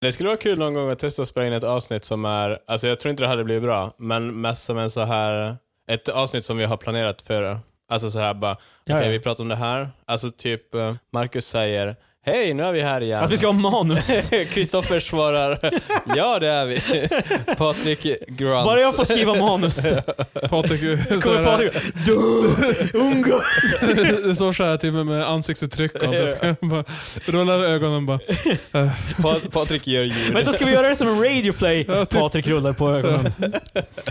Det skulle vara kul någon gång att testa att spela in ett avsnitt som är, alltså jag tror inte det hade blivit bra, men mest som en så här, ett avsnitt som vi har planerat för det. Alltså så här bara, okej ja. vi pratar om det här, alltså typ eh, Marcus säger Hej, nu är vi här igen. Att vi ska ha manus. Kristoffer svarar Ja, det är vi. Patrik grunts. Bara jag får skriva manus. Patrik, så Kommer här, Patrik Du! Unga! det står såhär till mig med ansiktsuttryck och allt. Jag ska bara rulla ögonen bara. Pa- Patrik gör ljud. Vänta, ska vi göra det som en radioplay? typ. Patrik rullar på ögonen.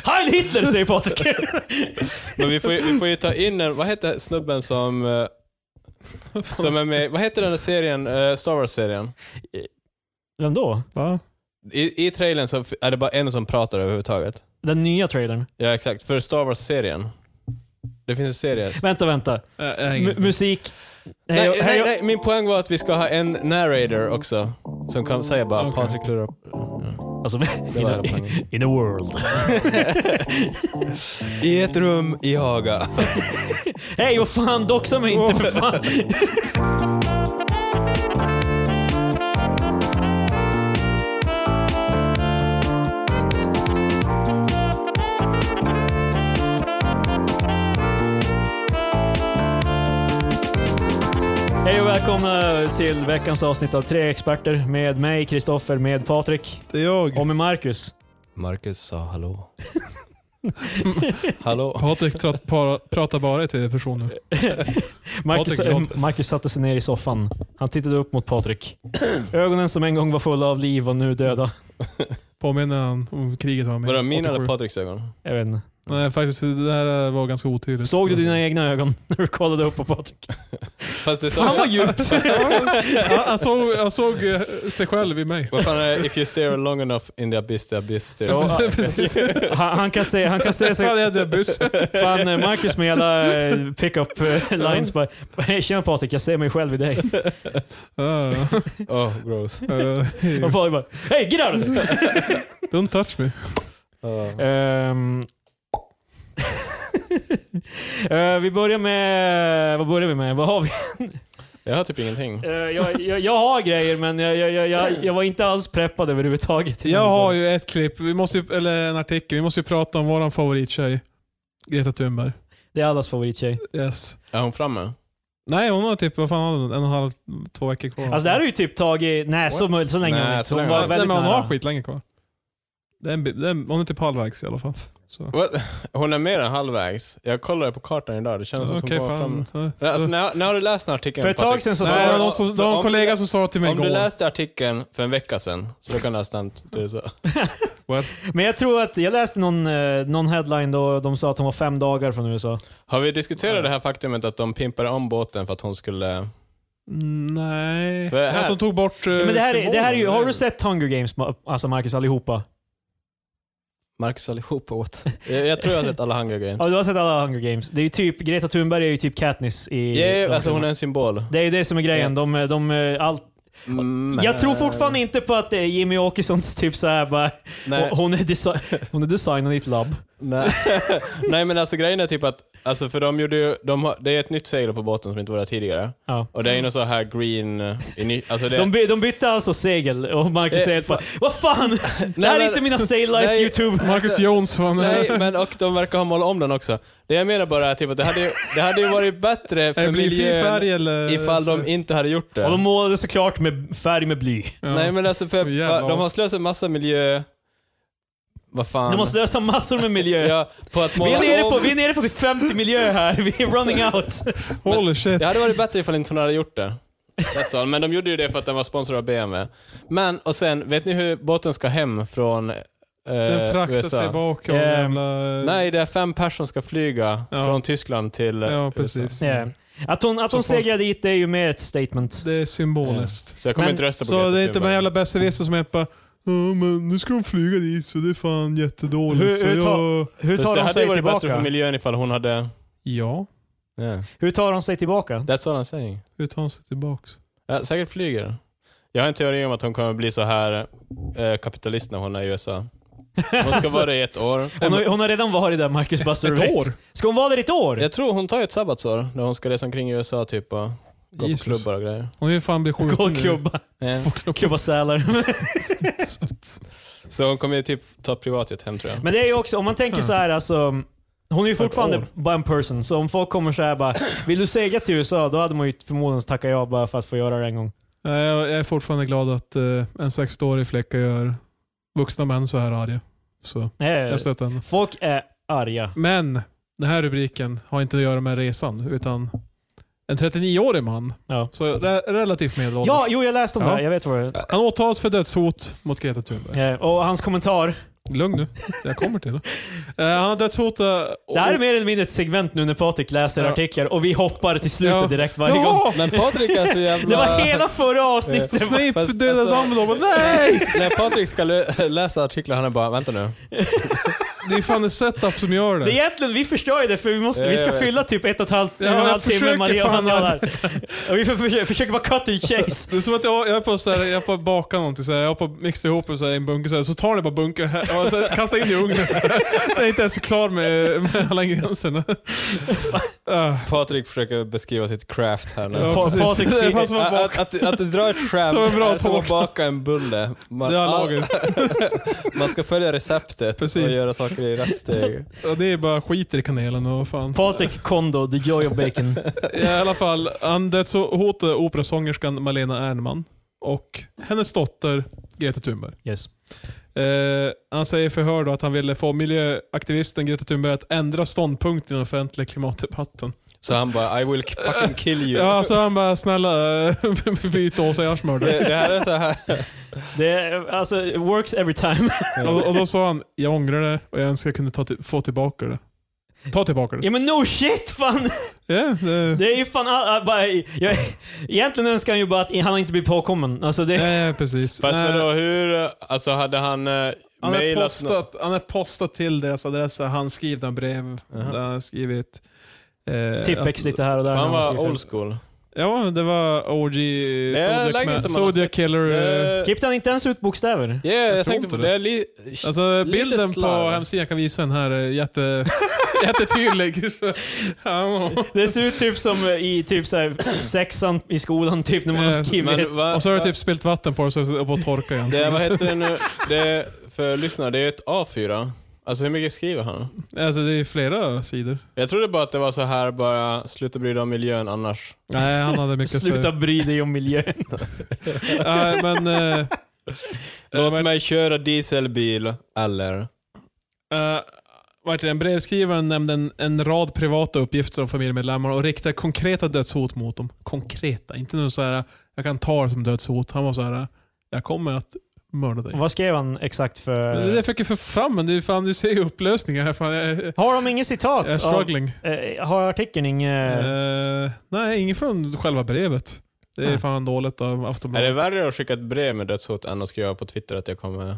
Heil Hitler säger Patrik. Men vi får, ju, vi får ju ta in en, vad heter snubben som, eh, som är med, vad heter den där serien, eh, Star Wars-serien? Vem då? Va? I, I trailern så f- är det bara en som pratar överhuvudtaget. Den nya trailern. Ja exakt, för Star Wars-serien. Det finns en serie. Vänta, vänta. Äh, jag har M- ingen- musik. Hej, Nej, hej, nej, nej, min poäng var att vi ska ha en narrator också. Som kan säga bara Okej. Patrik lurar upp. Alltså, Det var hela in, poängen. in the world. I ett rum i Haga. Hej, vad fan, doxa mig inte för fan. Hej och välkomna till veckans avsnitt av Tre Experter med mig, Kristoffer, med Patrik Det är jag. och med Marcus. Marcus sa hallå. hallå. Patrik tra- para- pratar bara i tredje person nu. Marcus, Patrik gråter. Marcus satte sig ner i soffan. Han tittade upp mot Patrik. Ögonen som en gång var fulla av liv var nu döda. Påminner han om kriget var med? Vadå, mina eller 87? Patriks ögon? Jag vet inte. Nej faktiskt, det här var ganska otydligt. Såg du dina egna ögon när du kollade upp på Patrik? Fast det sa Fan vad djupt! Ja, jag, såg, jag såg eh, sig själv i mig. Vad fan är If you stare long enough in the abyss, the abyss stares. Ja, Precis. Han, han kan säga, han kan säga Fan, jag sig... hade en buss. Fan, eh, Marcus med alla eh, pick-up eh, lines bara "Hej, Tjena Patrik, jag ser mig själv i dig. Ja, ja. Oh, gross. Eh, Och Patrik bara Hej, get out! Don't touch me. Oh. Ehm. Eh, vi börjar med... Vad börjar vi med? Vad har vi? Jag har typ ingenting. Eh, jag, jag, jag har grejer men jag, jag, jag, jag, jag var inte alls preppad överhuvudtaget. Jag har ju ett klipp, vi måste ju, eller en artikel. Vi måste ju prata om vår favorittjej. Greta Thunberg. Det är allas favorittjej. Yes. Är hon framme? Nej, hon har typ, vad fan har hon? En och en halv, två veckor kvar. Alltså det här är ju typ tagit... Nej, så, så länge Nej, hon inte. så Hon länge var hon inte. Nej, väldigt men hon nära. har skit länge kvar. Det är en, bi- det är, en- hon är typ halvvägs i alla fall. Så. What? Hon är mer än halvvägs. Jag kollade på kartan idag, det kändes som att Okej, hon var framme. fan. Så- Nej, Alltså, när, när har du läst den artikeln För ett tag Patrik? sedan så Nej, sa det var men de- någon jag... som, det för var en om- kollega som sa till mig Om du igår. läste artikeln för en vecka sedan så kan du ha stämt det så. Men jag tror att... Jag läste någon, eh, någon headline då de sa att hon var fem dagar från USA. Har vi diskuterat det här faktumet att de pimpade om båten för att hon skulle... Nej. För här- Att de tog bort... eh, Men det här, är- det här är ju... symbolen. Har du sett Hunger Games, Ma- alltså Marcus, allihopa? Marcus allihopa åt. Jag, jag tror jag har sett alla Hunger Games. Ja, du har sett alla Hunger Games. Det är ju typ... Greta Thunberg är ju typ Katniss i... Yeah, alltså de hon filmerna. är en symbol. Det är ju det som är grejen. De, eh, de, allt. Men- Mm, Jag tror fortfarande inte på att det är Jimmy Åkessons typ såhär bara... Nej. Hon är, desi- hon är designad i ett labb. Nej. Nej men alltså grejen är typ att, alltså för de gjorde ju, de har, det är ett nytt segel på båten som inte var där tidigare. Ja. Och det är ju något så här green, i ny, alltså det, De, by, de bytte alltså segel och Marcus Eh, säger helt bara Vad fan! det här är men- inte mina Sail Life Nej. YouTube. Marcus Jones var Alltså, Nej men och de verkar ha målat om den också. Det jag menar bara är typ att det hade ju, det hade ju varit bättre för Det blir fin färg miljön eller... ifall de inte hade gjort det. Och de målade såklart med färg med bly. Ja. Nej men alltså för, Åh, jävlar. va- de har slösat massa miljö... Vad fan? De har slösat massor med miljö. ja, på att Vi måla är, nere på, om. vi är nere på typ 50 miljö här, vi är running out. Holy shit. Det hade varit bättre ifall inte hon hade gjort det. That's all. Men de gjorde ju det för att den var sponsrad av BMW. Men, och sen, vet ni hur båten ska hem från eh, Den fraktar USA? sig bak av Ehm, jävla... Nej, det är fem personer som ska flyga Ja. från Tyskland till eh, Ja, USA. precis. Yeah. Att hon, att hon Så folk- segrar dit det är ju mer ett statement. Det är symboliskt. Så jag kommer Men- inte rösta på Så Greta det är inte Thunberg. den jävla besserwisser som är bara Ja men nu ska de flyga dit så det är fan jättedåligt. Hur- så hur jag... Hur Fast tar det hon hade ju sig varit bättre för tillbaka? miljön ifall hon hade... Ja, Yeah. Hur tar hon sig tillbaka? That's all I'm saying. hur tar hon sig tillbaks? Ja, säkert flyger. Jag har en teori om att hon kommer bli så här eh, kapitalist när hon är i USA. Hon ska vara där i ett år. Hon har, hon har redan varit där Marcus, bara så du Ett vet. år? Ska hon vara där i ett år? Jag tror hon tar ett sabbatsår när hon ska resa omkring i USA typ och Gå på Jesus. klubbar och grejer. Hon är ju fan bli skjuten Gå och nu. klubba, Ja. klubba sälar. Så hon kommer ju typ ta privatjet hem tror jag. Men det är ju också, om man tänker så här alltså. Hon är ju fortfarande bara en person, så om folk kommer så här bara Vill du segla till USA? Då hade man ju förmodligen tackat ja bara för att få göra det en gång. Nej, Jag jag är fortfarande glad att eh, en 60-årig flicka gör vuxna män så här arga. Så Nej, jag stöter henne. folk är arga. Men den här rubriken har inte att göra med resan, utan en 39-årig man. Ja. Så re relativt medelålders. Ja, jo jag läste om det Ja. det. Jag vet vad det Han åtalas för dödshot mot Greta Thunberg. är. Eh, Och hans kommentar. Lugn nu, jag kommer till det. Eh, han har dödshotat... Det här är mer eller mindre ett segment nu när Patrik läser Ja. artiklar och vi hoppar till slutet Ja. Eh, direkt varje gång. Ja! Men Patrik är så jävla... Det var hela förra avsnittet. Snape Fast, dödade alltså- Dumbledore. Men Nej! När Patrik ska lö- läsa artiklar, han är bara vänta nu. Det är fan en setup som gör det. Det är egentligen, vi förstör ju det för vi, måste, Ja, vi jag ska vet. fylla typ ett och ett halvt, Ja, en och en jag halv timme försöker Maria och fan Daniel här. Och vi får försöka, försöker bara cut and chase. Det är som att jag, jag är på så här, jag är på att baka någonting, så här, jag är på att mixa ihop det så här, i en bunke, så, här, så tar ni bara bunken här, och så här, kastar in i ugnen. Så här. Jag är inte ens klar med, med alla gränserna. Ah, Patrik försöker beskriva sitt craft här nu. Ja, Pa- precis. Patrik Det är fan Fri- som att baka- Att, att, att dra ett skämt Som en bra är som att tårta. baka en bulle. Man, Det är lager. man ska följa receptet och Precis. göra saker i rätt steg. Ja, det är bara skiter i kanelen och vad fan. Patrik Kondo, the joy of bacon. I alla fall, han dödshotade operasångerskan Malena Ernman och hennes dotter Greta Thunberg. Yes. Eh, han säger i förhör då att han ville få miljöaktivisten Greta Thunberg att ändra ståndpunkt i den offentliga klimatdebatten. Så han bara I will fucking kill you. Ja, alltså han bara snälla eh, byt ås annars mördar Det, jag." det här är så här. Det är, alltså, it works every time. och, och då sa han, jag ångrar det och jag önskar jag kunde ta till, få tillbaka det. Ta tillbaka det. Ja men no shit fan! Ja, det, Det är ju fan all, all, bara, jag, Egentligen önskar han ju bara att han inte blir påkommen. Alltså det, nej, precis. Fast Nej, vadå, hur, alltså hade han eh, han, har mailat nå- postat, han har postat till deras adresser, han skrev några brev, Jaha. där han har skrivit... Eh, Tippex att- lite här och där. Han var skrev old school. Ja, det var OG är Zodiac, länge Man- sedan man har Zodiac sett- Killer. eh, Eh, Klippte han inte ens ut bokstäver? Ja, jag, tror tänkte inte på det. det. är Li- Alltså Lite bilden på slarv. hemsidan kan visa den här är jätte, jättetydlig. Så, ja. Det ser ut typ som i typ så här, sexan i skolan, typ när man har Eh, skrivit. men va, och så har du va- typ spilt vatten på det så det är på att torka igen. det, vad heter det nu? Det, är- för lyssna, det är ett A4. Alltså hur mycket skriver han? Alltså det är flera sidor. Jag trodde bara att det var så här bara, sluta bry dig om miljön annars. Nej, han hade mycket att Sluta säga. bry dig om miljön. Nej, men, eh, eh, Låt vad- mig köra dieselbil, eller? eh, vad heter det? Brevskrivaren nämnde en, en rad privata uppgifter om familjemedlemmar och riktade konkreta dödshot mot dem. Konkreta, inte någon så här jag kan ta det som dödshot. Han var så här jag kommer att mörda dig. Vad skrev han exakt för... Men det där fick jag för fram, men det är fan, du ser ju upplösningar här. Fan, jag, jag Har de inget citat? är struggling. Av, eh, har artikeln inget... Eh, nej, ingen från själva brevet. Det är Nej. fan dåligt av Är det Aftonbladet. värre att skicka ett brev med dödshot än att skriva på Twitter att jag kommer...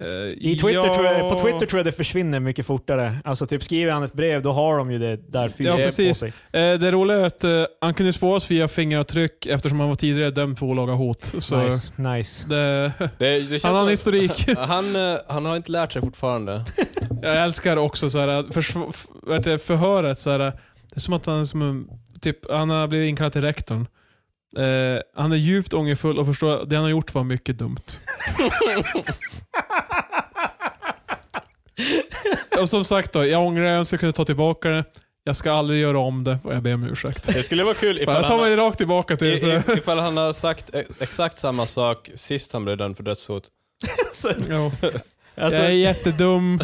Eh, i Twitter ja. tror jag, på Twitter tror jag det försvinner mycket fortare. Alltså typ skriver han ett brev, då har de ju det där fysiskt på precis. sig. Eh, det roliga är att eh, han kunde spåras via fingeravtryck eftersom han var tidigare dömd för olaga hot. Så Nice, nice. det, Det, det känns han har en som- historik. han, eh, han har inte lärt sig fortfarande. jag älskar också så här, försv- f- vad heter det, förhöret. Så här, det är som att han, är som en, typ, han har blivit inkallad till rektorn. Eh, han är djupt ångerfull och förstår att det han har gjort var mycket dumt. Och som sagt då, jag ångrar jag önskar jag kunde ta tillbaka det. Jag ska aldrig göra om det och jag ber om ursäkt. Det skulle vara kul ifall Jag tar han, mig rakt tillbaka i, till i, det. ifall han har sagt e- exakt samma sak sist han blev dömd för dödshot. alltså, Jo. alltså, jag är jättedum.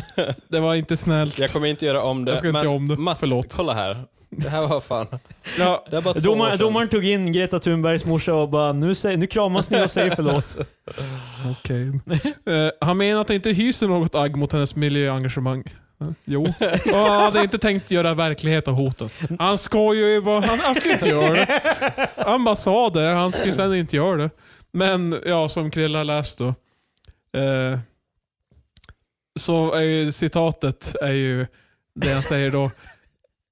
Det var inte snällt. Jag kommer inte göra om det. Jag ska inte men göra om det. Mats, Förlåt. kolla här. Det här var fan... Ja, Det här var två år domar, sedan. domaren tog in Greta Thunbergs morsa och bara nu, säg, nu kramas ni och säger förlåt. okej. Eh, han menar att han inte hyser något agg mot hennes miljöengagemang. Eh, Jo. Och han hade inte tänkt göra verklighet av hotet. Han skojar ju bara. Han, han skulle inte göra det. Han bara sa det. Han skulle sen inte göra det. Men ja, som Krilla har läst då. Eh, så är ju citatet är ju det han säger då.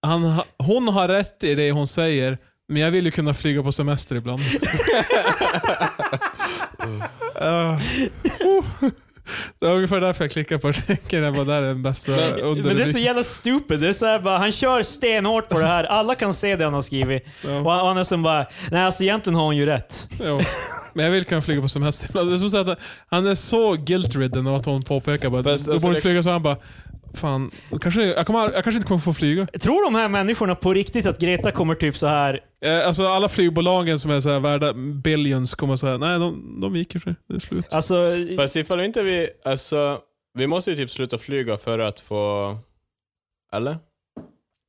Han, ha- hon har rätt i det hon säger, men jag vill ju kunna flyga på semester ibland. Eh, Ah. oh. Det var ungefär därför jag klickade på artikeln. Jag bara, det här är den bästa Men det är så underrubriken. jävla stupid. Det är så här bara, han kör stenhårt på det här. Alla kan se det han har skrivit. Och Ja, han, och han är som bara, nej alltså egentligen har hon ju rätt. jo. Men jag vill kunna flyga på semester. Det är som så att han är så guilt-ridden av att hon påpekar bara, Fast, du alltså, borde det- flyga, så han bara, fan, kanske, jag, kommer, jag kanske inte kommer få flyga. Tror de här människorna på riktigt att Greta kommer typ så här Eh, alltså alla flygbolagen som är så här värda billions kommer säga, nej de, de gick ju sig. Det är slut. alltså... Fast ifall inte vi, alltså, vi måste ju typ sluta flyga för att få, eller?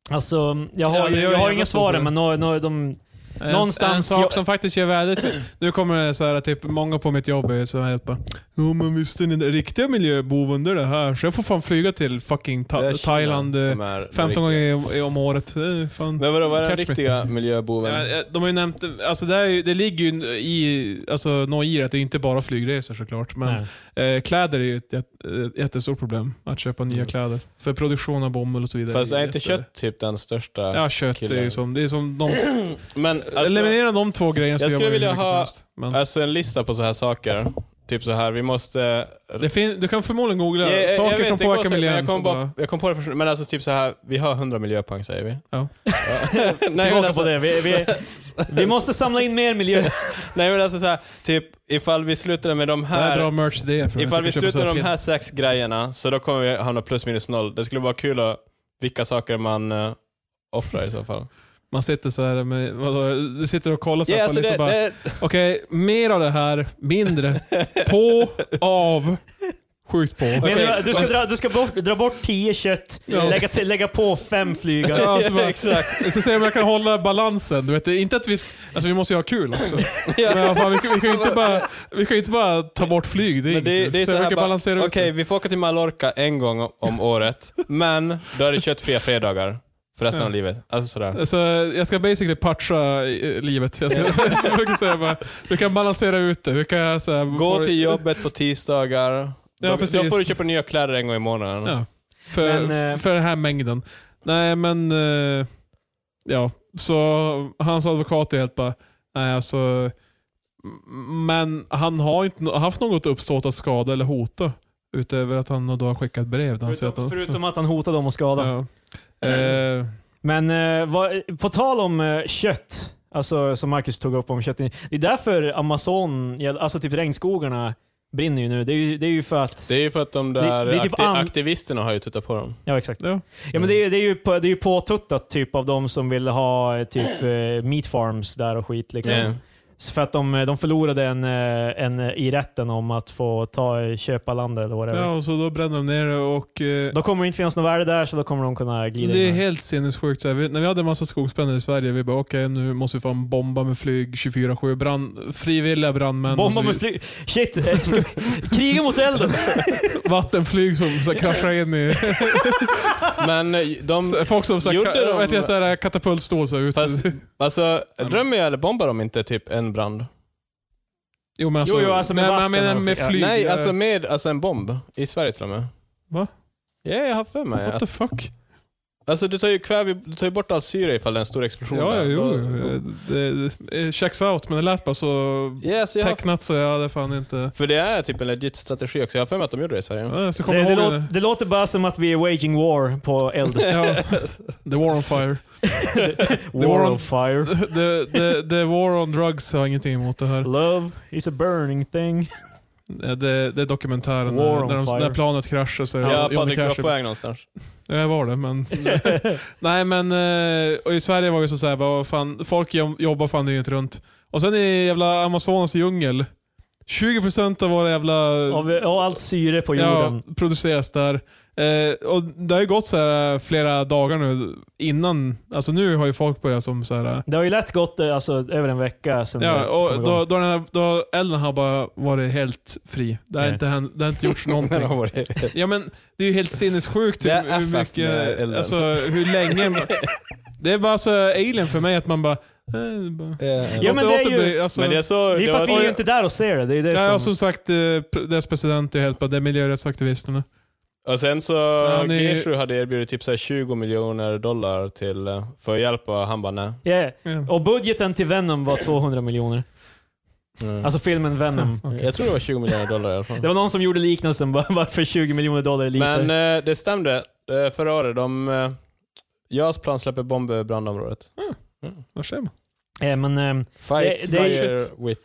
Alltså, jag har, Ja, det ju- gör jag har jävla inga stor svar än, skillnad. men no, no, de... Eh, En- Någonstans- en sak jag- som faktiskt gör värdet. Nu kommer det så här, typ, många på mitt jobb är så här helt bara, Jo men visste ni, den riktiga miljöboven det är det här. Så jag får fan flyga till fucking Det är ta- Kina Thailand eh, som är den 15 gånger riktiga. i- i- om året. Det är Fan. Men vadå, vad är den Catch me. riktiga miljöboven? Ja, eh, de har ju nämnt, alltså det, är, ju- det ligger ju i, alltså nå i det, att det är inte bara flygresor såklart. Men Nej. Eh, kläder är ju ett jät- ett jättestort problem. Att köpa nya Mm. kläder. För produktion av bomull och så vidare. Fast är inte jätte- kött typ den största? Ja, kött är killar? ju som... Det är som de, Men alltså, eliminera de två grejerna så jag gör skulle man ju vilja mycket ha- som helst. Men alltså en lista på så här saker. Typ så här, vi måste... det fin- du kan förmodligen googla Jag- jag- jag saker vet, som det går påverkar säkert, men miljön. Jag kom, och bara, jag kom på det först, men alltså typ så här, vi har 100 miljöpoäng säger vi. Ja. nej, men Tillbaka alltså, på det. Vi, vi, vi måste samla in mer miljö. nej men alltså så här, typ ifall vi slutar med de det här är här bra merch det är för mig. Ifall vi Jag tycker slutar köpa de här pins. sex grejerna så då kommer vi hamna plus minus noll. Det skulle vara kul att vilka saker man uh, offrar i så fall. Man sitter så här med, vadå, du sitter och kollar så Ja, här alltså på liksom det, bara, det, okej, mer av det här, mindre, på, av, sjukt på. Men Okej. du, du ska, dra, du ska bort, dra bort 10 kött, Ja. lägga, till, lägga på fem flygare. Ja, så bara, exakt. Jag ska se om jag kan hålla balansen. Du vet, det är inte att vi, sk- alltså vi måste ju ha kul också. Men fan, vi, kan- vi kan ju inte bara, vi kan ju inte bara ta bort flyg. Det är, Men det, inget det är kul. så så jag här försöker bara, balansera okej ut det. vi får åka till Mallorca en gång om, om året, men då är det köttfria fredagar för resten Ja. av livet. Alltså sådär. Alltså, jag ska basically patcha eh, livet. Jag ska, jag brukar säga bara, vi kan balansera ut det. Vi kan, så här, Gå få- till jobbet på tisdagar. Ja, då, då precis. får du köpa nya kläder en gång i månaden. Ja. För, Men, eh, för den här mängden. Nej men, eh, ja. Så hans advokat är helt bara, nej alltså. m- Men han har inte no- haft något uppsåt att skada eller hota. Utöver att han då har skickat brev. Där han säger att Förutom, han, förutom att han hotade dem att skada. ja. Eh, Men eh, vad, på tal om eh, kött, alltså som Marcus tog upp om kött. Det är därför Amazon, alltså typ regnskogarna, brinner ju nu. Det är ju, det är ju för att... Det är ju för att de Det- där det är typ akti- an- aktivisterna har ju tittat på dem. Ja, exakt. ja. Ja, men det, är- det är ju, på- det är ju påtuttat typ av de som vill ha eh, typ eh, meat farms där och skit. Liksom. Ja. Så För att de, eh, de förlorade en, eh, en eh, i rätten om att få ta, eh, köpa landet eller whatever. ja, och så då bränner de ner det och eh, Då kommer det inte finnas något värde där, så då kommer de kunna glida Det är in. helt sinnessjukt. Så här, vi, när vi hade en massa skogsbränder i Sverige, vi bara okej nu måste vi fan bomba med flyg 24-7. Brand, frivilliga brandmän. och Bomba så vidare. med flyg... Shit! eh, Ska vi... Kriga mot elden! Vattenflyg som så här, kraschar in i... Men eh, de, så- Folk som så här, Gjorde ka- de- vet jag, så här, katapultstål så här, ut. Fast- alltså, drömmer jag eller bombar de inte typ en brand? Jo men alltså, Jo, jo, alltså med men, vatten men, jag menar och- med ja. flyg. Nej, eh, alltså med alltså en bomb. I Sverige till och med. Va? Ja, jag har för mig. What Att, the fuck? alltså du tar ju kväve, du tar ju bort all syre ifall det är en stor explosion. Ja, ja, där. jo. Då- eh, Det, det, eh, checks out, men det lät bara så Ja, så jag har, tecknat så jag hade fan inte... för det är typ en legit strategi också. Jag har för mig att de gjorde det i Sverige. Ja, Så kommer Det, jag det, ihåg låter, det. det låter bara som att vi är waging war på eld. Ja, Alltså, the war on fire. War var- of fire. The, the, the war on drugs har ingenting emot det här. Love is a burning thing. Eh, Det, det är dokumentären War när, on när, de, fire. när planet kraschar. Så är det Ja, Johnny Patrik, du var Cash är- på väg någonstans. Ja, jag var det, men... Nej, men... eh, Och I Sverige var vi så såhär, bara, vad fan, folk jo- jobbar fan dygnet runt. Och sen i jävla Amazonas djungel, 20% av våra jävla... Av, av allt syre på ja, jorden. produceras där. Eh, och det har ju gått så här eh, flera dagar nu innan, alltså nu har ju folk börjat som så här. Det har ju lätt gått eh, alltså, över en vecka sedan Ja, det kom och igång. då, då, den här, då elden har bara varit helt fri. Det har, Nej. inte, hänt- det har inte gjorts någonting. Ja men det är ju helt sinnessjukt Det hur, är hur affekt med mycket, elden. alltså hur länge. man- det är bara så alien för mig att man bara... eh, det är bara- Ja, men det är ju- återbe- alltså, Eh, Men det är så... det är för att vi var- är ju inte där och ser det. Det är det Ja, och som... som sagt, eh, pr- deras president är helt bara, det är miljörättsaktivisterna. Och sen så, Ja, ni- G7 hade erbjudit typ så här 20 miljoner dollar till, eh, för att hjälpa, och han bara nej. Ja, ja. Ja. Och budgeten till Venom var 200 miljoner. Mm. Alltså filmen Venom. Jag tror det var 20 miljoner dollar i alla fall. Det var någon som gjorde liknelsen, bara, varför 20 miljoner dollar är lite. Men eh, det stämde. Eh, förra året, de... Eh, JAS plan släpper bomb över brandområdet. Vad säger man? Eh, men ehm, Fight Det- det är fire shit. with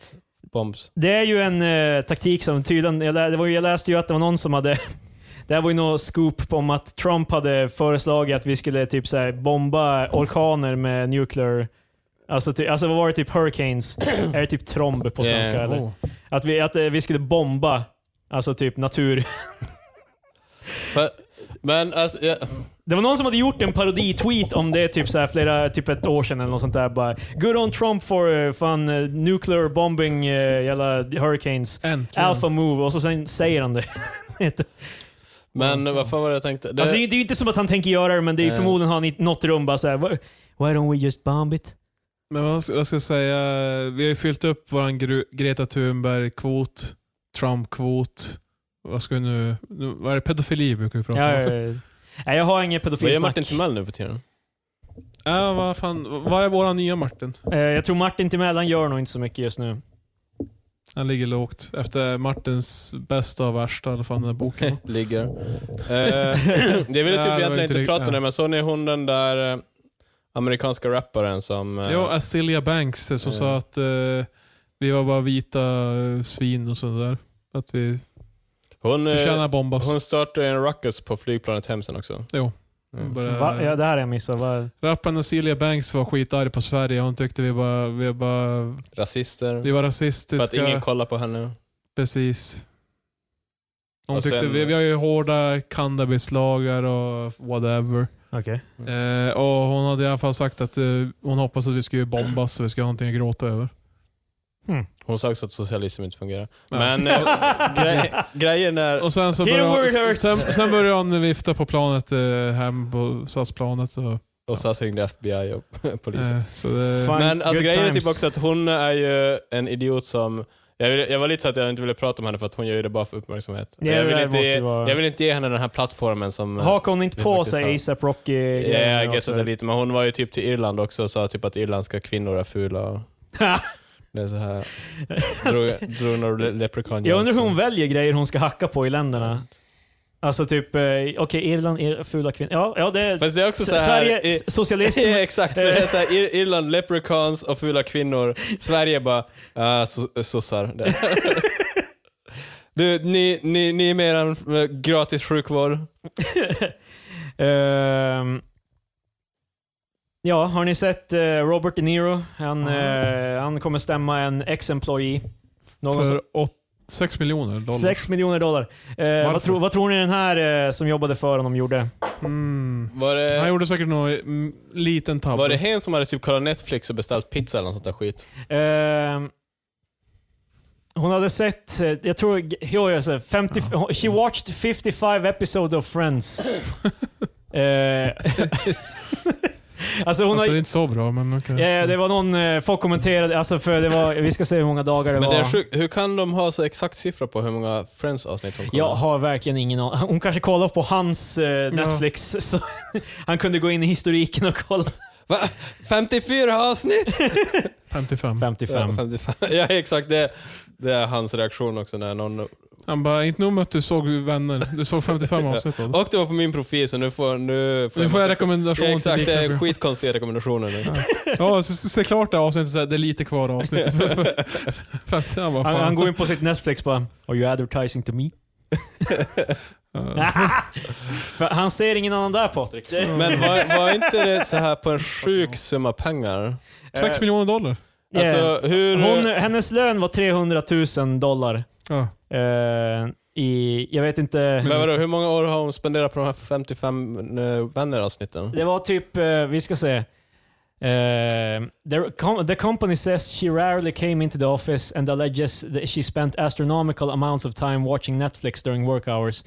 bombs. det är ju en eh, taktik som tydligen, jag, lä, det var, ju- jag läste ju att det var någon som hade Det här var ju något scoop om att Trump hade föreslagit att vi skulle typ så här bomba orkaner med nuclear... Alltså, ty, alltså vad var det? Typ hurricanes? är det typ tromb på Yeah. Oh. svenska eller? Åh. Att vi, att eh, vi skulle bomba, alltså typ natur. Fa- Men alltså, ja, Det var någon som hade gjort en parodi-tweet om det typ, så här, flera, typ ett år sedan eller något sånt där. Bara, Good on Trump for uh, fun eh, nuclear bombing uh, jävla hurricanes. Äntligen. Alpha move och så sen säger han det. Inte- men vad fan var det jag tänkte? Det, alltså, det, är- det är ju inte som att han tänker göra det, men det är ju Eh. förmodligen har han i något rum bara såhär, why don't we just bomb it? Men vad ska, jag ska säga, vi har ju fyllt upp vår Gru- Greta Thunberg-kvot, Trump-kvot. Vad ska vi nu, nu, vad är det, pedofili brukar vi prata Ja, ja, om. ja. Nej, jag har inget vad gör pedofilsnack. Martin Timell nu för tiden? Ja, vad fan, vad är våran nya Martin? Eh, jag tror Martin Timellan gör nog inte så mycket just nu. Han ligger lågt. Efter Martins bästa och värsta, eller fan den där boken. Ligger. Eh, det ville jag Ja, det var typ egentligen inte inte rikt- prata om ja. det, men såg ni hon den där eh, amerikanska rapparen som... eh, Jo, Azealia Banks som Ja. sa att eh, vi var bara vita eh, svin och sådär. Att vi hon, eh, förtjänar bombas. hon startade en ruckus på flygplanet hem sen också. Jo. Mm. Bara- Va? Ja, det här har jag missat. Va? Rapparen Azealia Banks var skitarg på Sverige. Hon tyckte vi var, vi var, Rasister. vi var För rasistiska. att ingen kollar på henne. Precis. Hon Och tyckte sen- vi, vi har ju hårda cannabislagar och whatever. Okej. Eh, och hon hade i alla fall sagt att eh, hon hoppas att vi skulle bombas så vi ska ha någonting att gråta över. Hon sa också att socialism inte fungerar. Ja. Men eh, gre- grejen är... Och sen så Hear word började han, hurts. sen, sen började han vifta på planet eh, hem på SAS-planet. Så, Och så ringde FBI och polisen. eh, så det, Fan. Men alltså, Good grejen är times. typ också att hon är ju en idiot som... Jag, vill, jag var lite så att jag inte ville prata om henne för att hon gör ju det bara för uppmärksamhet. Ja, jag, det vill där inte måste ge, ju vara- jag vill inte ge henne den här plattformen som... Hakar hon inte Det är på faktiskt sig ASAP Rocky? Ja, jag guessar det lite. Men hon var ju typ till Irland också och sa typ att irländska kvinnor är fula. Och det är så här. Drog, drog några le- leprechaun Jag undrar hur hon väljer grejer hon ska hacka på i Mm. länderna. Alltså typ, eh, okej Irland, er, fula kvinnor. Ja, ja det är... Fast det är också så här... Sverige, i- s- socialism. Ja, exakt. För det är så här, Ir- Irland, leprechauns och fula kvinnor. Sverige bara, ah, so- sossar. du, ni, ni, ni är med er eh, gratis sjukvård. Ehm, ja, har ni sett eh, Robert De Niro? Han, eh, han kommer stämma en ex-employee. Någon som- för 6 miljoner dollar. 6 miljoner dollar. Eh, Varför? vad, tro, vad tror ni den här eh, som jobbade för honom gjorde? Mm. Var Eh. Han det, gjorde säkert någon mm, liten tabbe. var det hen som hade typ kollat Netflix och beställt pizza eller något sånt där skit? Ehm, hon hade sett, eh, jag tror, jo, jag sa 50, she watched 55 episodes of Friends. Eh, alltså hon alltså, det är har, inte så bra, men okej. Ja, det var någon, eh, folk kommenterade, alltså för det var, vi ska se hur många dagar det Men var. det är sjukt, hur kan de ha så exakt siffra på hur många Friends-avsnitt hon kollar? jag har verkligen ingen aning. Hon kanske kollade på hans eh, Netflix, så han kunde gå in i historiken och kolla. Va? 54 avsnitt? 55. 55. Ja, 55. ja exakt. Det, det är hans reaktion också när någon... Han bara, inte nog med att du såg vänner, du såg 55 avsnitt av det. Och det var på min profil så nu får, nu får Nu får jag massa- rekommendation Ja, exakt, till det är liknande. skitkonstiga rekommendationer nu. Ja, så, så, se klart det här avsnittet, så här, det är lite kvar av avsnittet. Femte, han bara, Han, fan. han går in på sitt Netflix bara “Are you advertising to me?” Ja. För han ser ingen annan där Patrik. Det- Men var, var inte det så här på en sjuk summa pengar? Eh, 6 miljoner dollar. yeah. Alltså hur... Hon, hennes lön var 300 000 dollar. Ja. Eh, i, jag vet inte. men vadå, hur många år har hon spenderat på de här 55 eh, vänner-avsnitten? Det var typ, eh, vi ska se. Eh, the, com- the company says she rarely came into the office and alleges that she spent astronomical amounts of time watching Netflix during work hours.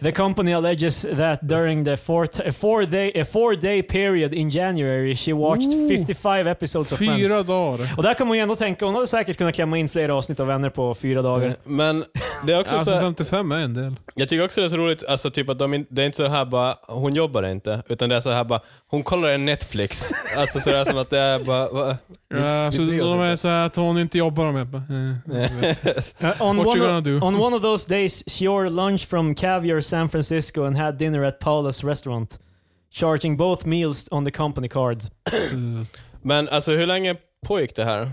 the company alleges that during the four, t- four day, a four day period in January she watched Ooh. 55 episodes of Friends. Fyra dagar. Och där kan man ju ändå tänka, Eh, hon hade säkert kunnat klämma in flera avsnitt av Vänner på fyra dagar. Men det är också Alltså så här, 55 är en del. Jag tycker också det är så roligt, alltså typ att de, in- det är inte så här bara, hon jobbar inte, utan det är så här bara, hon kollar en Netflix. alltså så det är som att det är bara, va? Ja, Eh, så bryr oss de är inte. så här att hon inte jobbar med. Bara, eh, jag vet. Uh, on, What one you of, gonna do? on one of those days, she ordered lunch from Caviar San Francisco and had dinner at Paula's restaurant, charging both meals on the company card. Mm. Eh, Men alltså hur länge pågick det här? Eh,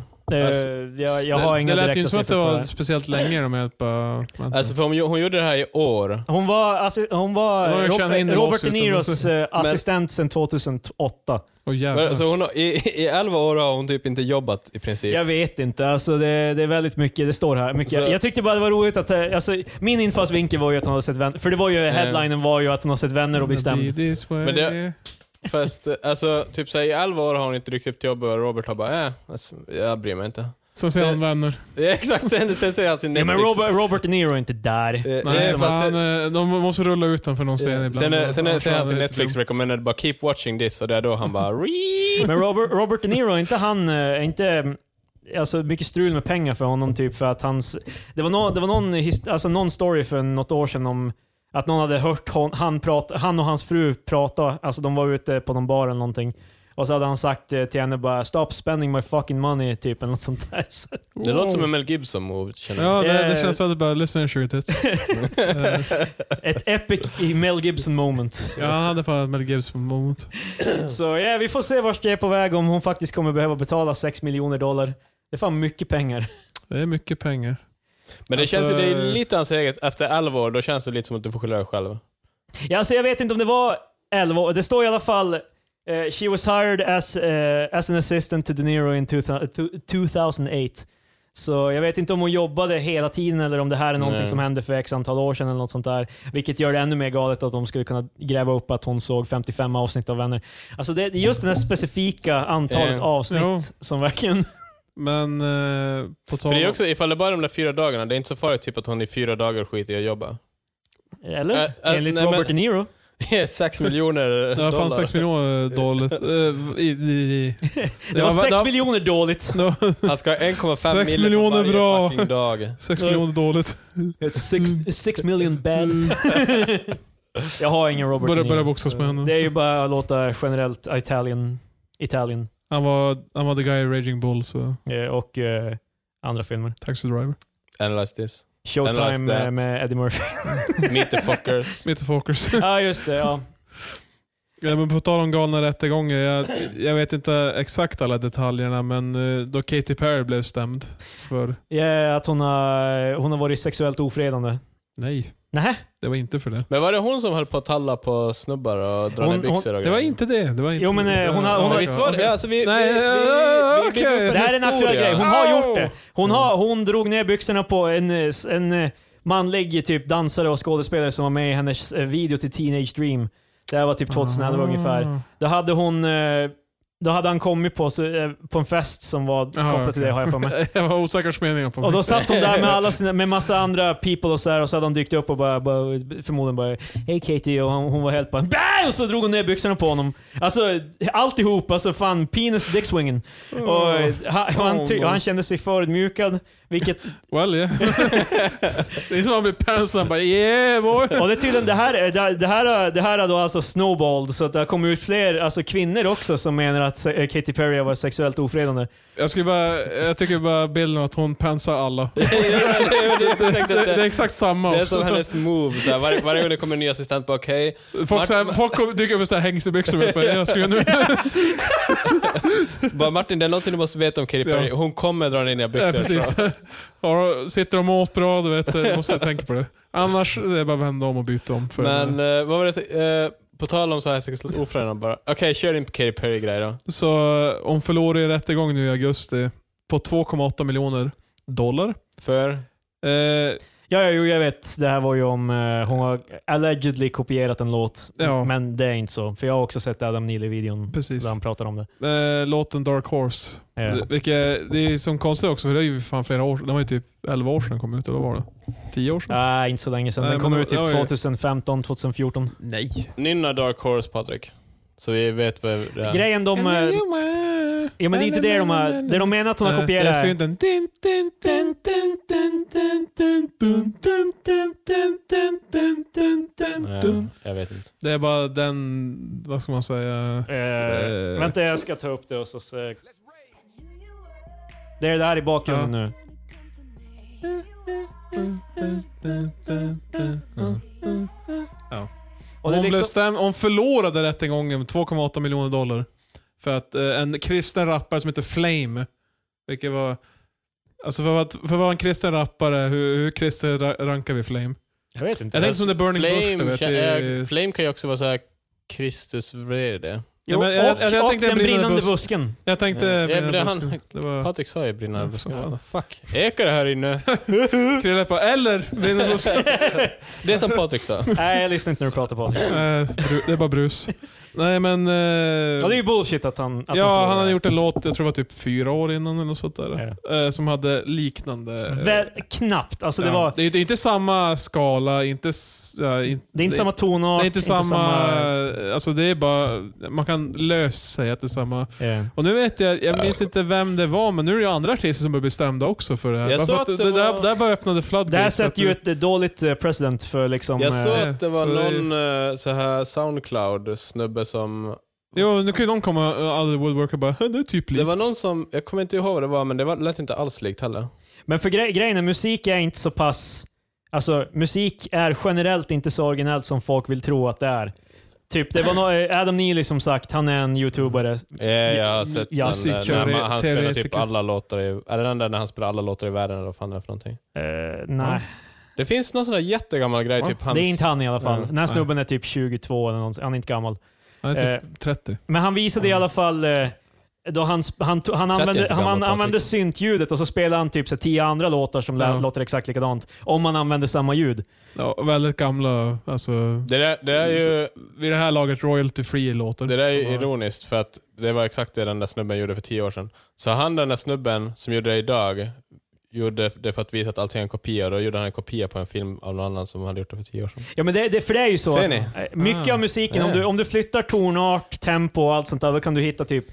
Alltså, jag, jag har det, inga det lät ju direkta inte som att det siffror på var det. speciellt länge. De är bara, vänta. Alltså för hon, gjo- hon gjorde det här i år. Hon var, assi- hon var Ja, jag Rob- känner in det Robert också, De Niros eh, assistent sedan 2008. Åh, jävlar. alltså, Så alltså, hon har, i, I 11 år har hon typ inte jobbat i princip. Jag vet inte. Alltså det, det är väldigt mycket. Det står här. Mycket. Så- Alltså- Jag tyckte bara det var roligt att... eh, Alltså, min infallsvinkel var ju att hon hade sett vänner. För det var Eh. ju, headlinen var ju att hon har sett vänner och Mm, blivit stämd. Men Men det- Fast eh, alltså typ så här, i 11 år har hon inte ryckt upp till jobbet och Robert har bara, eh, alltså, jag bryr mig inte. Så säger han vänner. Ja, Exakt, sen, sen säger han sin Ja, men Netflix. Robert, Robert De Niro är inte där. Eh, Nej, som att fan, se- eh, de måste rulla ut den för någon scen eh, ibland. Sen, är- Annars sen, är- sen är hade han sin det varit så Netflix dumt. recommended bara keep watching this och det är då han bara "Reep." Men Robert, Robert De Niro, är inte han, eh, är inte, mm, alltså mycket strul med pengar för honom typ för att hans, det var, nå det var någon, his- alltså, någon story för något år sedan om att någon hade hört hon, han, prata, han och hans fru prata, alltså de var ute på någon bar eller någonting. Och så hade han sagt eh, till henne bara “Stop spending my fucking money” typ eller något sånt där. Så, Det låter som en Mel Gibson move känner jag. Ja, det, det Eh. känns väldigt bra. Listen and shoot it. Eh, ett epic Mel Gibson moment. ja, han hade fan ett Mel Gibson moment. Så ja, vi får se vart det är på väg om hon faktiskt kommer behöva betala 6 miljoner dollar. Det är fan mycket pengar. Det är mycket pengar. Men det Alltså- känns ju, det är lite hans eget, efter 11 år då känns det lite som att du får skylla dig själv. Ja, alltså jag vet inte om det var 11 år. Det står i alla fall eh, “She was hired as, eh, as an assistant to De Niro in 2000, to- 2008”. Så jag vet inte om hon jobbade hela tiden eller om det här är någonting Nej. som hände för x antal år sedan eller något sånt där. Vilket gör det ännu mer galet att de skulle kunna gräva upp att hon såg 55 avsnitt av Vänner. Alltså det det är just det här specifika antalet Eh, avsnitt jo. som verkligen... Men eh, på tal För det är om- också, ifall det bara är de där fyra dagarna, det är inte så farligt typ att hon i fyra dagar skiter i att jobba. Eller? Eh, eh, Enligt nej, men- Robert De Niro. sex miljoner Det var dollar. fan 6 miljoner dåligt. Eh, i, i, i. Det, var 6 det var- miljoner dåligt. det var Han ska ha 1,5 Sex miljoner på miljoner varje bra. fucking dag. 6 miljoner dåligt. Mm. 6 million bad. jag har ingen Robert Börjar De börja Niro. boxas med Det är henne. ju bara att låta generellt Italian, Italian Han var, han var the guy i Raging Bull, så eh, och eh, andra filmer. Taxi Driver. Analyze this. Analyze Showtime that. eh, med Eddie Murphy. Meet the fuckers. Mitt i fokus. Ja, just det. Ja. Ja, men på tal om galna rättegångar, jag, jag vet inte exakt alla detaljerna, men eh, då Katy Perry blev stämd för... Ja, att hon har, hon har varit sexuellt ofredande. Nej, Nej, det var inte för det. Men var det hon som höll på att talla på snubbar och dra Hon- ner byxor och Det var inte det. det var inte Jo, men, det. eh, hon har- hon Men har- visst var det? Alltså, vi, Nej, vi, vi, vi, eh, vi, bygger okej. upp det här är en aktuell grej. Hon har gjort det. Hon, har, Mm. hon drog ner byxorna på en, eh, s- en eh, manlig typ dansare och skådespelare som var med i hennes eh, video till Teenage Dream. Det här var Ah. typ 2011 ungefär. Då hade hon... eh, Då hade han kommit på, så, eh, på en fest som var kopplad till okej. det har jag för mig. Ah. jag var osäker meningar på Och mig. då satt hon där med, alla sina, med massa andra people och så här, och så hade hon dykt upp och bara, bara förmodligen bara Hej Katie och hon, hon var helt bara BAM! Och så drog hon ner byxorna på honom. Alltså alltihop, alltså fan penis dick swinging. Och, han, och, han, ty- och han kände sig förödmjukad. Vilket, Well yeah. det är som att han blir pants han bara yeah boy. och det är tydligen det här, är- det, här- det här, är- det här är då alltså snowballed så att det har kommit ut fler alltså kvinnor också som menar att se- eh, Katy Perry har varit sexuellt ofredande. Jag, skulle bara, jag tycker bara bilden att hon pansar alla. det. Det, det är exakt samma Det är också. som hennes move. Så här, varje, varje gång det kommer en ny assistent, bara okej. Folk, så här, folk kom- dyker upp med så här hängselbyxor med på Jag skulle nu... Bara Martin, det är någonting du måste veta om Katy Perry. Ja. Hon kommer dra ner dina byxor. Ja, precis. Har, sitter de åt bra, du vet, så måste jag tänka på det. Annars är det bara att vända om och byta om. För Men eh, vad var det, eh, på tal om så här sexuellt ofredande bara. Okej, kör din Katy Perry-grej då. Så hon förlorar i rättegång nu i augusti på 2,8 miljoner dollar. För? Eh, Ja, ja, jo, jag vet. Det här var ju om eh, hon har allegedly kopierat en låt. Ja. Men det är inte så. För jag har också sett Adam Neely-videon precis. där han pratar om det. Eh, låten Dark Horse. Eh, Vilket, det är som konstigt också, för det är ju fan flera år Det var ju typ 11 år sedan den kom ut, eller vad var det? 10 år sedan? Nej, inte så länge sedan. Nej, Den kom men ut det var typ ju- 2015, 2014. Nej. Nynna Dark Horse, Patrik. Så vi vet vad det är. Grejen de... eh, Ja, men det är inte det de har... Det de menar att hon har Nej, kopierat Eh, Det är är... synten. Din, din, din, din, din, din, din, din, din, din, din, din, din, dun, dun, Eh, dun. jag vet inte. Det är bara den, vad ska man säga? Eh, vänta, jag ska ta upp det och så... se. Det är det här i bakgrunden nu. Och det är hon, blev liksom, stämd, hon förlorade rättegången med 2,8 miljoner dollar. För att eh, en kristen rappare som heter Flame, vilket var... Alltså för att, för att vara en kristen rappare, hur, hur kristen ra- rankar vi Flame? jag vet inte. Jag tänkte som The Burning Bush, du Flame, vet. kan, i- eh, Flame kan ju också vara så här Kristus vrede. jo, Ja, men jag- och, jag- jag och tänkte den brinnande brinnande busk. busken. Jag tänkte... Ja, Brinnande men det är Eh, han- Buske. det var Patrik sa ju brinnande Mm, buskar. fan. What the fuck? Ekar det här inne? Krille på eller Brinnande Buske. Det är som Patrik sa. Nej, jag lyssnar inte när du pratar på det. Eh, bru- Det är bara brus. Nej men... eh, Ja, det är ju bullshit att han... Att ja, förlorar. han hade gjort en låt, jag tror det var typ fyra år innan eller något sånt där. Eh, som hade liknande... eh, Väl, knappt. Alltså det ja. var... det, är, det är inte samma skala, inte... s- Ja, in, Det är inte samma Det tonart. är inte samma... Alltså det är bara... Man kan löst säga att det är samma. eh, Och nu vet jag, jag minns inte vem det var, men nu är det ju andra artister som blir bestämda också för det här. Jag Bara såg för att det det där, var- där bara öppnade Det här floodgates. så att sätter ju det- ett eh, dåligt eh, precedent för liksom... Jag eh, såg att det var så det är- någon eh, så här Soundcloud-snubbe som... Jo, nu kan ju de komma uh, out of the woodwork och bara "Hä, det är typ likt. Det var någon som, jag kommer inte ihåg vad det var, men det var, lät inte alls likt heller. Men för gre grejen är, musik är inte så pass... Alltså, musik är generellt inte så originellt som folk vill tro att det är. Typ, det var no Adam Neely som sagt, han är en eh, youtubare. Ja, Eh, jag har sett Ja, den musik- där, när han- han spelar typ teoretiker. alla låtar i... Är det den där när han spelar alla låtar i världen eller vad fan är det för någonting? Eh, nej, Det finns någon sån där jättegammal grej, Ja. typ hans... det är inte han i alla fall. Mm, Den här snubben är typ 22 eller någonting. Han är inte gammal. Nej, typ Eh. 30. Men han visade i alla fall eh, då han, sp- han, to- han Sätt dig använde, inte han gammal, an- använde Patrik. syntljudet och så spelade han typ så här tio andra låtar som lä- Ja. låter exakt likadant. Om man använder samma ljud. Ja, väldigt gamla, alltså... Det, där, det är Mm. ju, Vid det här laget royalty free låtar. det där är ju ironiskt, för att det var exakt det den där snubben gjorde för tio år sedan. Så han, den där snubben som gjorde det idag, gjorde det för att visa att allting är en kopia. Och då gjorde han en kopia på en film av någon annan som hade gjort det för tio år sedan. Ja, men det, det, för det är ju så. Ser att- ni? eh, Mycket Ah. av musiken, om Ja. du, om du flyttar tonart, tempo och allt sånt där, då kan du hitta typ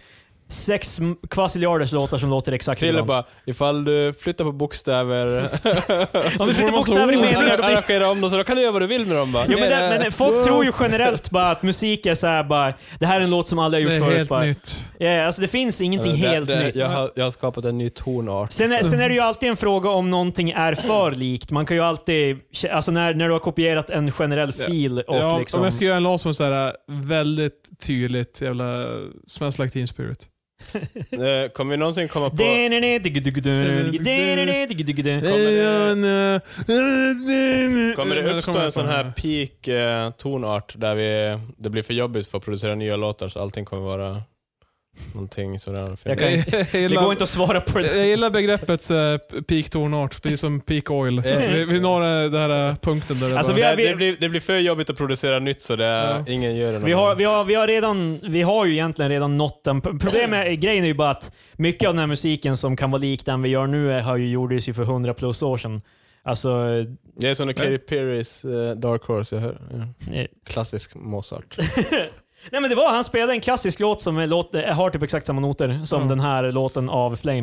sex m- kvasiljarders låtar som låter exakt Krille likadant. bara, ifall du flyttar på bokstäver, Om du flyttar Får man bokstäver i så- meningar, då blir arrangera om dem så då kan du göra vad du vill med dem bara. Jo, men, det, men folk tror ju generellt bara att musik är så här bara, det här är en låt som alla har gjort Det är förut. helt bara. nytt. Ja, alltså det finns ingenting Eh, Det- det- helt det- nytt. Jag har, jag har skapat en ny tonart. Sen är, sen är det Mm. ju alltid en fråga om någonting är för likt. Man kan ju alltid, alltså när, när du har kopierat en generell Ja. fil och Ja, liksom... om jag ska göra en låt som är så här äh, väldigt tydligt jävla Smells like teen spirit. Eh, Kommer vi någonsin komma på... Kommer Kommer Kommer det uppstå en sån här peak eh, tonart där vi, det blir för jobbigt för att producera nya låtar så allting kommer vara någonting som redan finns? Jag kan- Det går inte att svara på Jag det. gillar begreppet eh, peak tonart, precis som peak oil. Eh. Alltså, vi, vi når eh, den här eh, punkten där det Alltså, bara, vi har- det, det, blir, det blir för jobbigt att producera nytt så det är, Ja. ingen gör det. någon Vi har, gång. vi, har, vi, har redan, vi har ju egentligen redan nått den. Problemet, är- grejen är ju bara att mycket av den här musiken som kan vara lik den vi gör nu är- har ju gjordes ju för 100 plus år sedan. Alltså, Det är som när Katy Perrys eh, Dark Horse, jag hör. Ja. eh, Klassisk Mozart. Nej men det var, han spelade en klassisk låt som är låt, eh, har typ exakt samma noter som Mm. den här låten av Flame.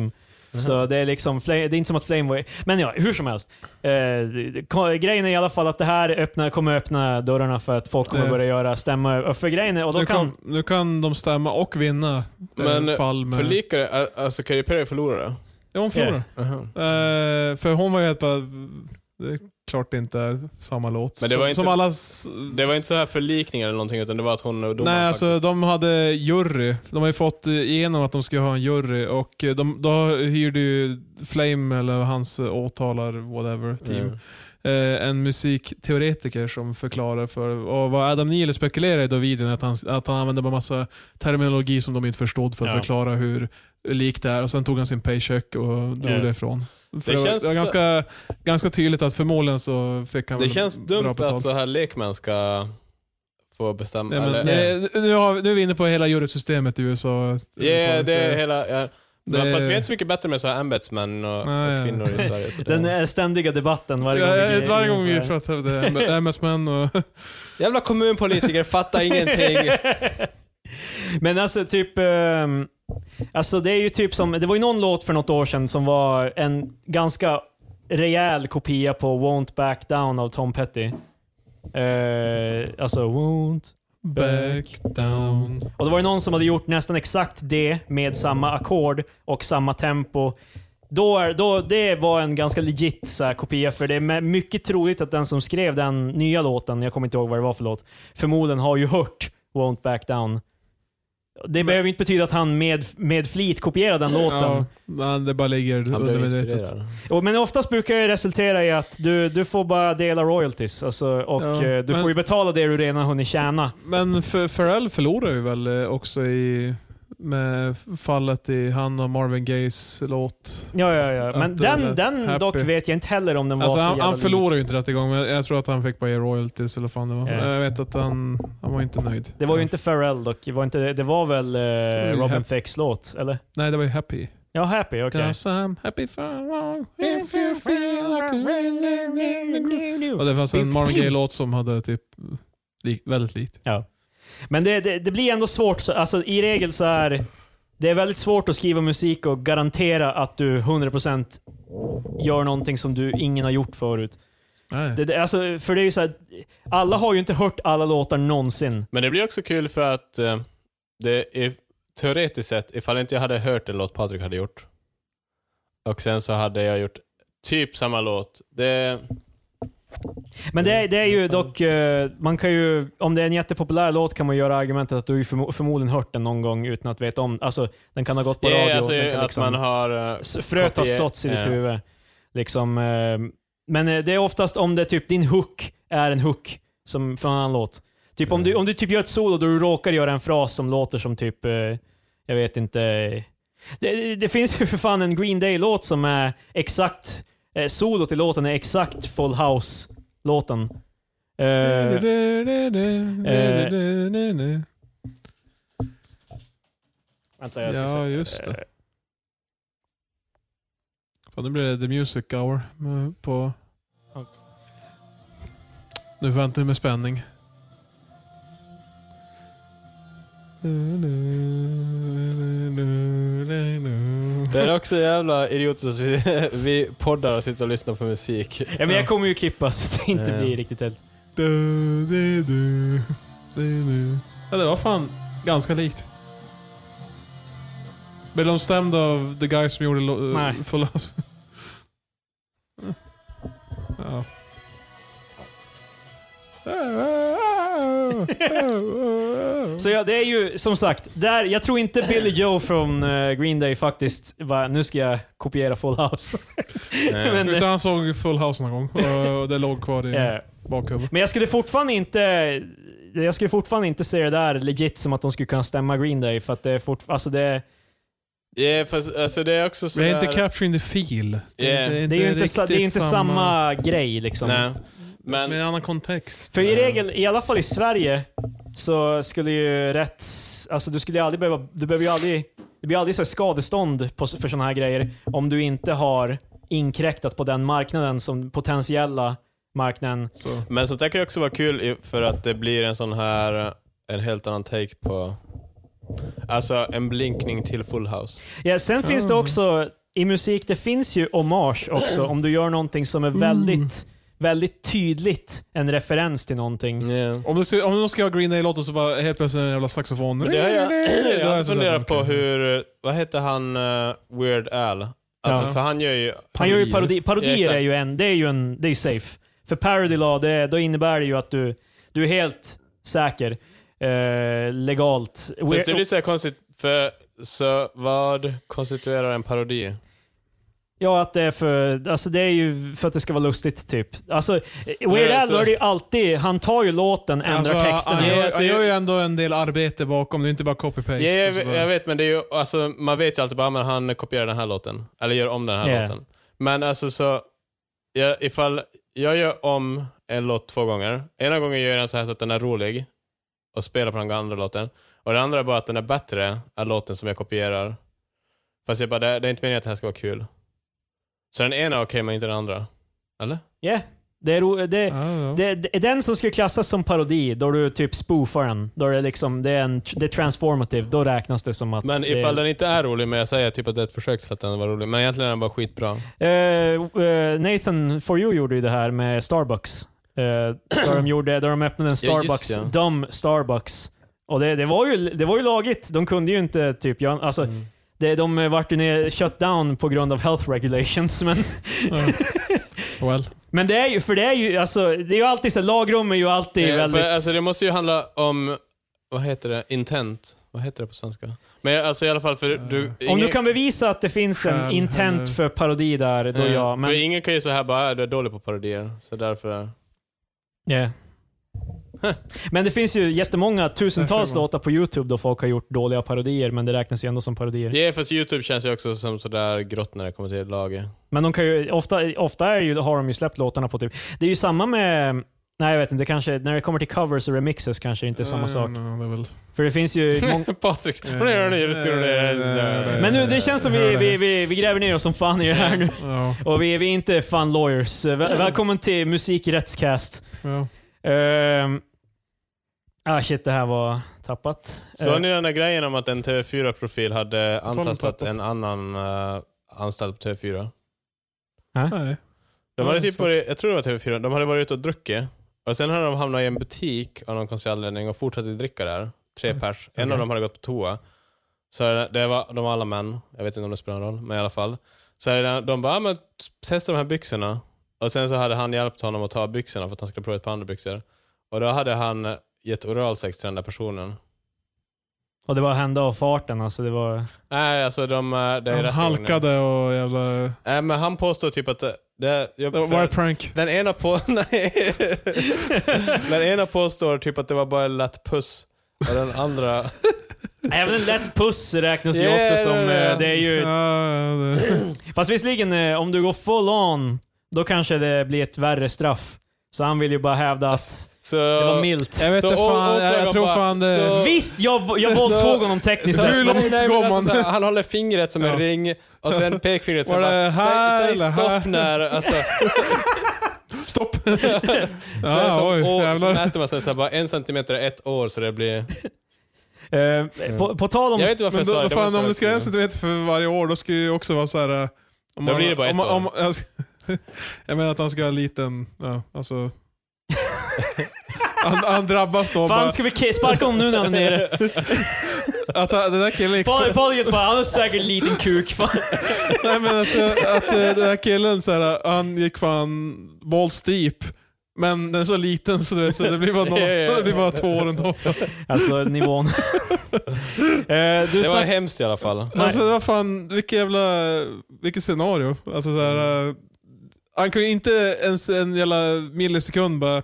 Mhm. Så det är liksom, Flame, det är inte som att Flame var... Men ja, hur som helst. Eh, det- det- ko- grejen är i alla fall att det här öppnar, kommer öppna dörrarna för att folk kommer Det- börja göra stämma och för grejen är, och nu, då kan... kan, nu kan de stämma och vinna. Men, Men, fall med. Förlikar det? Al- Alltså Katy Perry förlorade? ja, hon förlorar. Aha. Eh, för hon var ju helt bara... Det är klart det inte är samma låt. Men det var som, inte- som alla... s- Det var inte så här förlikning eller någonting utan det var att hon och domaren Nej, alltså de hade jury. De har ju fått igenom att de ska ha en jury och eh, de, då hyrde ju Flame, eller hans eh, åtalar, whatever, faktiskt- team, Mm. eh, en musikteoretiker som förklarar för... Och vad Adam Neely spekulerar i då i videon är att han, att han använde bara massa terminologi som de inte förstod för att Ja. förklara hur likt det är. Och sen tog han sin paycheck och drog Ja. det ifrån. För Det det, känns- var, det var ganska, ganska tydligt att förmodligen så fick han Det väl känns bra dumt betalt. att så här lekmän ska få bestämma. Nej, eller, men, nej, nu, har, vi- nu är vi inne på hela jurysystemet i USA. Ja, det är hela... Ja. Det- Men Fast vi är inte så mycket bättre med så här ambetsmän och, Nej. och kvinnor i Sverige. Så det- Den eh, ständiga debatten varje gång. Ja, vi- varje gång vi pratar om det. MS-män och... Jävla kommunpolitiker fattar ingenting. Men alltså typ... ehm, alltså det är ju typ som, det var ju någon låt för något år sedan som var en ganska rejäl kopia på Won't Back Down av Tom Petty. Eh, alltså, won't. Back down. Och det var ju någon som hade gjort nästan exakt det med samma ackord och samma tempo. Då är, då, det var en ganska legit så här, kopia, för det är med- mycket troligt att den som skrev den nya låten, jag kommer inte ihåg vad det var för låt, förmodligen har ju hört Won't Back Down. Det behöver ju inte betyda att han med, med flit kopierade den låten. Ja, nej, det bara ligger Han blev undermedvetet. inspirerad. Och, men oftast brukar det resultera i att du, du får bara dela royalties. Alltså, och Ja, eh, du men- får ju betala det du redan hunnit tjäna. Men F- Pharrell förlorar ju väl eh, också i med fallet i han och Marvin Gayes låt. Ja, ja, ja. Men Att det den, lät den happy. dock vet jag inte heller om den Alltså var så han, jävla han lik. förlorar ju inte rättegången men jag tror att han fick bara ge royalties eller vad fan det var. Ja. Jag vet att han, han var inte nöjd. Det var ju inte Pharrell dock. Det var, inte, det var väl eh, var ju Robin Happy. Thicks låt, eller? Nej, det var ju Happy. Ja, Happy. Okej. Cause I'm happy for long if you feel like a really- Och det fanns en Marvin Gaye-låt som hade typ lik, väldigt likt. Men det, det, det blir ändå svårt. Så, alltså, I regel så är det är väldigt svårt att skriva musik och garantera att du 100% gör någonting som du ingen har gjort förut. Nej. Det, det, alltså, för det är ju så här, alla har ju inte hört alla låtar någonsin. Men det blir också kul för att eh, det är teoretiskt sett, ifall inte jag hade hört en låt Patrik hade gjort och sen så hade jag gjort typ samma låt. Det, Men det, är- det är ju dock, eh, man kan ju, om det är en jättepopulär låt kan man göra argumentet att du ju förmo- förmodligen hört den någon gång utan att veta om Alltså, den kan ha gått på det radio. är alltså den kan att liksom, man har... eh, s- fröet har kopie- såtts i ditt ja. huvud. Liksom, eh, men eh, det är oftast om det är typ din hook är en hook som, från en annan låt. Typ om du, Mm. om du typ gör ett solo då du råkar göra en fras som låter som typ, eh, jag vet inte. Det, det- det finns ju för fan en Green Day-låt som är exakt, eh, solot i låten är exakt Full House-låten. Eh, vänta, jag ska se. Ja, just det. Fan, nu blir det The Music Hour eh, på... Ja. Nu väntar vi med spänning. Det är också jävla idiotiskt att vi, vi poddar och sitter och lyssnar på musik. Ja, men jag kommer ju kippa så det inte Eh. blir riktigt helt... Ja, det var fan ganska likt. Blev de stämda av the guy som gjorde lo- eh, Nej. Full House? ja. Så ja, det är ju som sagt, där, jag tror inte Billy Joe från eh, Green Day faktiskt va, nu ska jag kopiera Full House. Nej. men, Utan han såg Full House någon gång och och det låg kvar i eh, bakhuvudet. men jag skulle fortfarande inte jag skulle fortfarande inte se det där legit som att de skulle kunna stämma Green Day för att det är fortfarande, alltså det, Ja, fast, alltså det är också så Vi är inte där- capturing the feel. Yeah. det är ju inte, sa, det är inte samma grej liksom. Nej. Men, med Men, en annan kontext. För i regel, i alla fall i Sverige, så skulle ju rätt... Alltså du skulle ju aldrig behöva... Du behöver ju aldrig... Det blir aldrig så här skadestånd på, för sådana här grejer om du inte har inkräktat på den marknaden som potentiella marknaden. Så. men sånt där kan ju också vara kul i- för att det blir en sån här, en helt annan take på... Alltså en blinkning till Full House. Ja, sen finns det också i musik, det finns ju hommage också om du gör någonting som är väldigt, väldigt tydligt en referens till Mm. någonting. Om, du ska, om någon ska göra Green Day-låten så bara helt plötsligt en jävla saxofon. Men det har jag, jag har Då är inte så funderat här, på okej. hur, vad heter han, eh, Weird Al? Alltså Ja. för han gör ju... Han gör ju parodi, Ja, parodier exakt. är ju en, det är ju en, det är ju safe. För parody law, det, då innebär det ju att du, du är helt säker. Eh, legalt. Fast det blir så här konstigt, för så vad konstituerar en parodi? Ja, att det är för, alltså det är ju för att det ska vara lustigt typ. Alltså, eh, Weird Al alltså- då är det ju alltid, han tar ju låten, ändrar Alltså, texten. han, Ja, gör- alltså, han gör jag- ju ändå en del arbete bakom, det är inte bara copy-paste. Ja, jag, och så vet- bara- jag vet, men det är ju, alltså, man vet ju alltid bara, men han kopierar den här låten. Eller gör om den här Ja. låten. Men alltså så, jag, ifall jag gör om en låt två gånger. Ena gången gör jag den så här så att den är rolig och spelar på den andra låten. Och den andra är bara att den är bättre än låten som jag kopierar. Fast jag bara, det, det är inte meningen att det här ska vara kul. Så den ena är okej, men inte den andra. Eller? Ja, det är ro, det, Ja, ja. det, det är den som skulle klassas som parodi, då du typ spoofar den. Då är det liksom, det är, en, det är transformative, då räknas det som att Men det, ifall den inte är rolig, men jag säger typ att det är ett försök så att den var rolig. Men egentligen är den bara skitbra. Eh, eh, Nathan For You gjorde ju det här med Starbucks. eh, där, de gjorde, där de öppnade en Ja, just Starbucks, ja. dum Starbucks. Och det, det, var ju, det var ju lagligt. De kunde ju inte typ göra... Alltså, Mm. det, de eh, vart ju ner, shut down på grund av health regulations. Men, Ja. Well. men det är ju, för det är ju, alltså, det är ju alltid så, här, lagrum är ju alltid Eh, väldigt... för, alltså, det måste ju handla om, vad heter det, intent. Vad heter det på svenska? Men alltså i alla fall, för du... Eh, om du ingen- kan bevisa att det finns en Skäl intent eller- för parodi där, då eh, ja. Men, För ingen kan ju så här bara, "Äh, du är dålig på parodier. Så därför... Ja. Men det finns ju jättemånga, Där tusentals ser man. låtar på YouTube då folk har gjort dåliga parodier, men det räknas ju ändå som parodier. Ja, fast YouTube känns ju också som sådär grått när det kommer till laget. Men de kan ju, ofta, ofta är ju, har de ju släppt låtarna på typ... Det är ju samma med... Nej jag vet inte, det kanske, när det kommer till covers och remixes kanske det inte är samma Eh, sak. no, det är väl... För det finns ju... mång- Patrik, Eh, hon är- hon är- hon är- eh, Men nu, det känns som vi, vi, vi, vi gräver ner oss som fan i det här nu. Ja, Och vi, vi är inte fan lawyers. Väl, välkommen till Musik i Rättscast. ja. Ehm, ah shit, det här var tappat. Så Eh, ni den där grejen om att en TV4-profil hade har antastat tappat. en annan eh, anställd på TV4? Nej. De Ja, hade typ exakt. varit, jag tror det var TV4, de hade varit ute och druckit. Och sen hade de hamnat i en butik av någon konstig anledning och fortsatte dricka där. Tre Mm. pers. En av Okej. dem hade gått på toa. Så det var, de var alla män. Jag vet inte om det spelar någon roll, men i alla fall. Så här, de bara, "Ja, men testa de här byxorna. Och sen så hade han hjälpt honom att ta byxorna för att han skulle prova ett par andra byxor. Och då hade han gett oralsex till den där personen. Och det var hända av farten alltså. Det var... Nej, alltså de... eh, Det är Han rätt ordning. halkade och jävla... Nej, men han påstår typ att... Det, det, jag, Det var ett prank. Den ena på... Nej. den ena påstår typ att det var bara en lätt puss. Och den andra... Även en lätt puss räknas ju Yeah, också som... yeah, yeah. eh, Det är Ja, ju... ja, det- Fast visserligen, eh, om du går full on, då kanske det blir ett värre straff. Så han vill ju bara hävda att Så... det var milt. Jag vet Så inte fan, jag, åklagaren jag tror bara, fan det... så- Visst, jag, jag våldtog honom tekniskt Så- Hur sett. men- långt Nej, men går alltså man? så här, han håller fingret som Ja. en ring och sen pekfingret. Så Var det bara, här säg, eller säg stopp här? när... Alltså, Stopp! så är det ja, som oj, år, så jävlar. mäter man sen så här, bara en centimeter är ett år så det blir... Eh, på, på tal om... Jag vet inte varför jag Men sa då, det. då det. var fan, inte om så du ska jag göra en centimeter för varje år, då ska ju också vara så här... eh, Om Då blir det bara ett om, man- år. om, jag, ska- jag menar att han ska ha en liten... Ja, alltså... Han, han drabbas då bara, Fan, ska vi ki- sparka honom nu när han är nere? att han, den där killen gick Paul- Paul bara, han har säkert en liten kuk. Fan. Nej men alltså att eh, den här killen så här, eh, han gick fan balls deep. Men den är så liten så, du vet, så det blir bara, nå- Ja, ja, ja. det blir bara två år ändå. Alltså, nivån. Eh, du Det var snack- hemskt i alla fall. Nej. Alltså det var fan, vilket jävla, vilket scenario. Alltså så här, Mm. eh, han kunde inte ens en jävla millisekund bara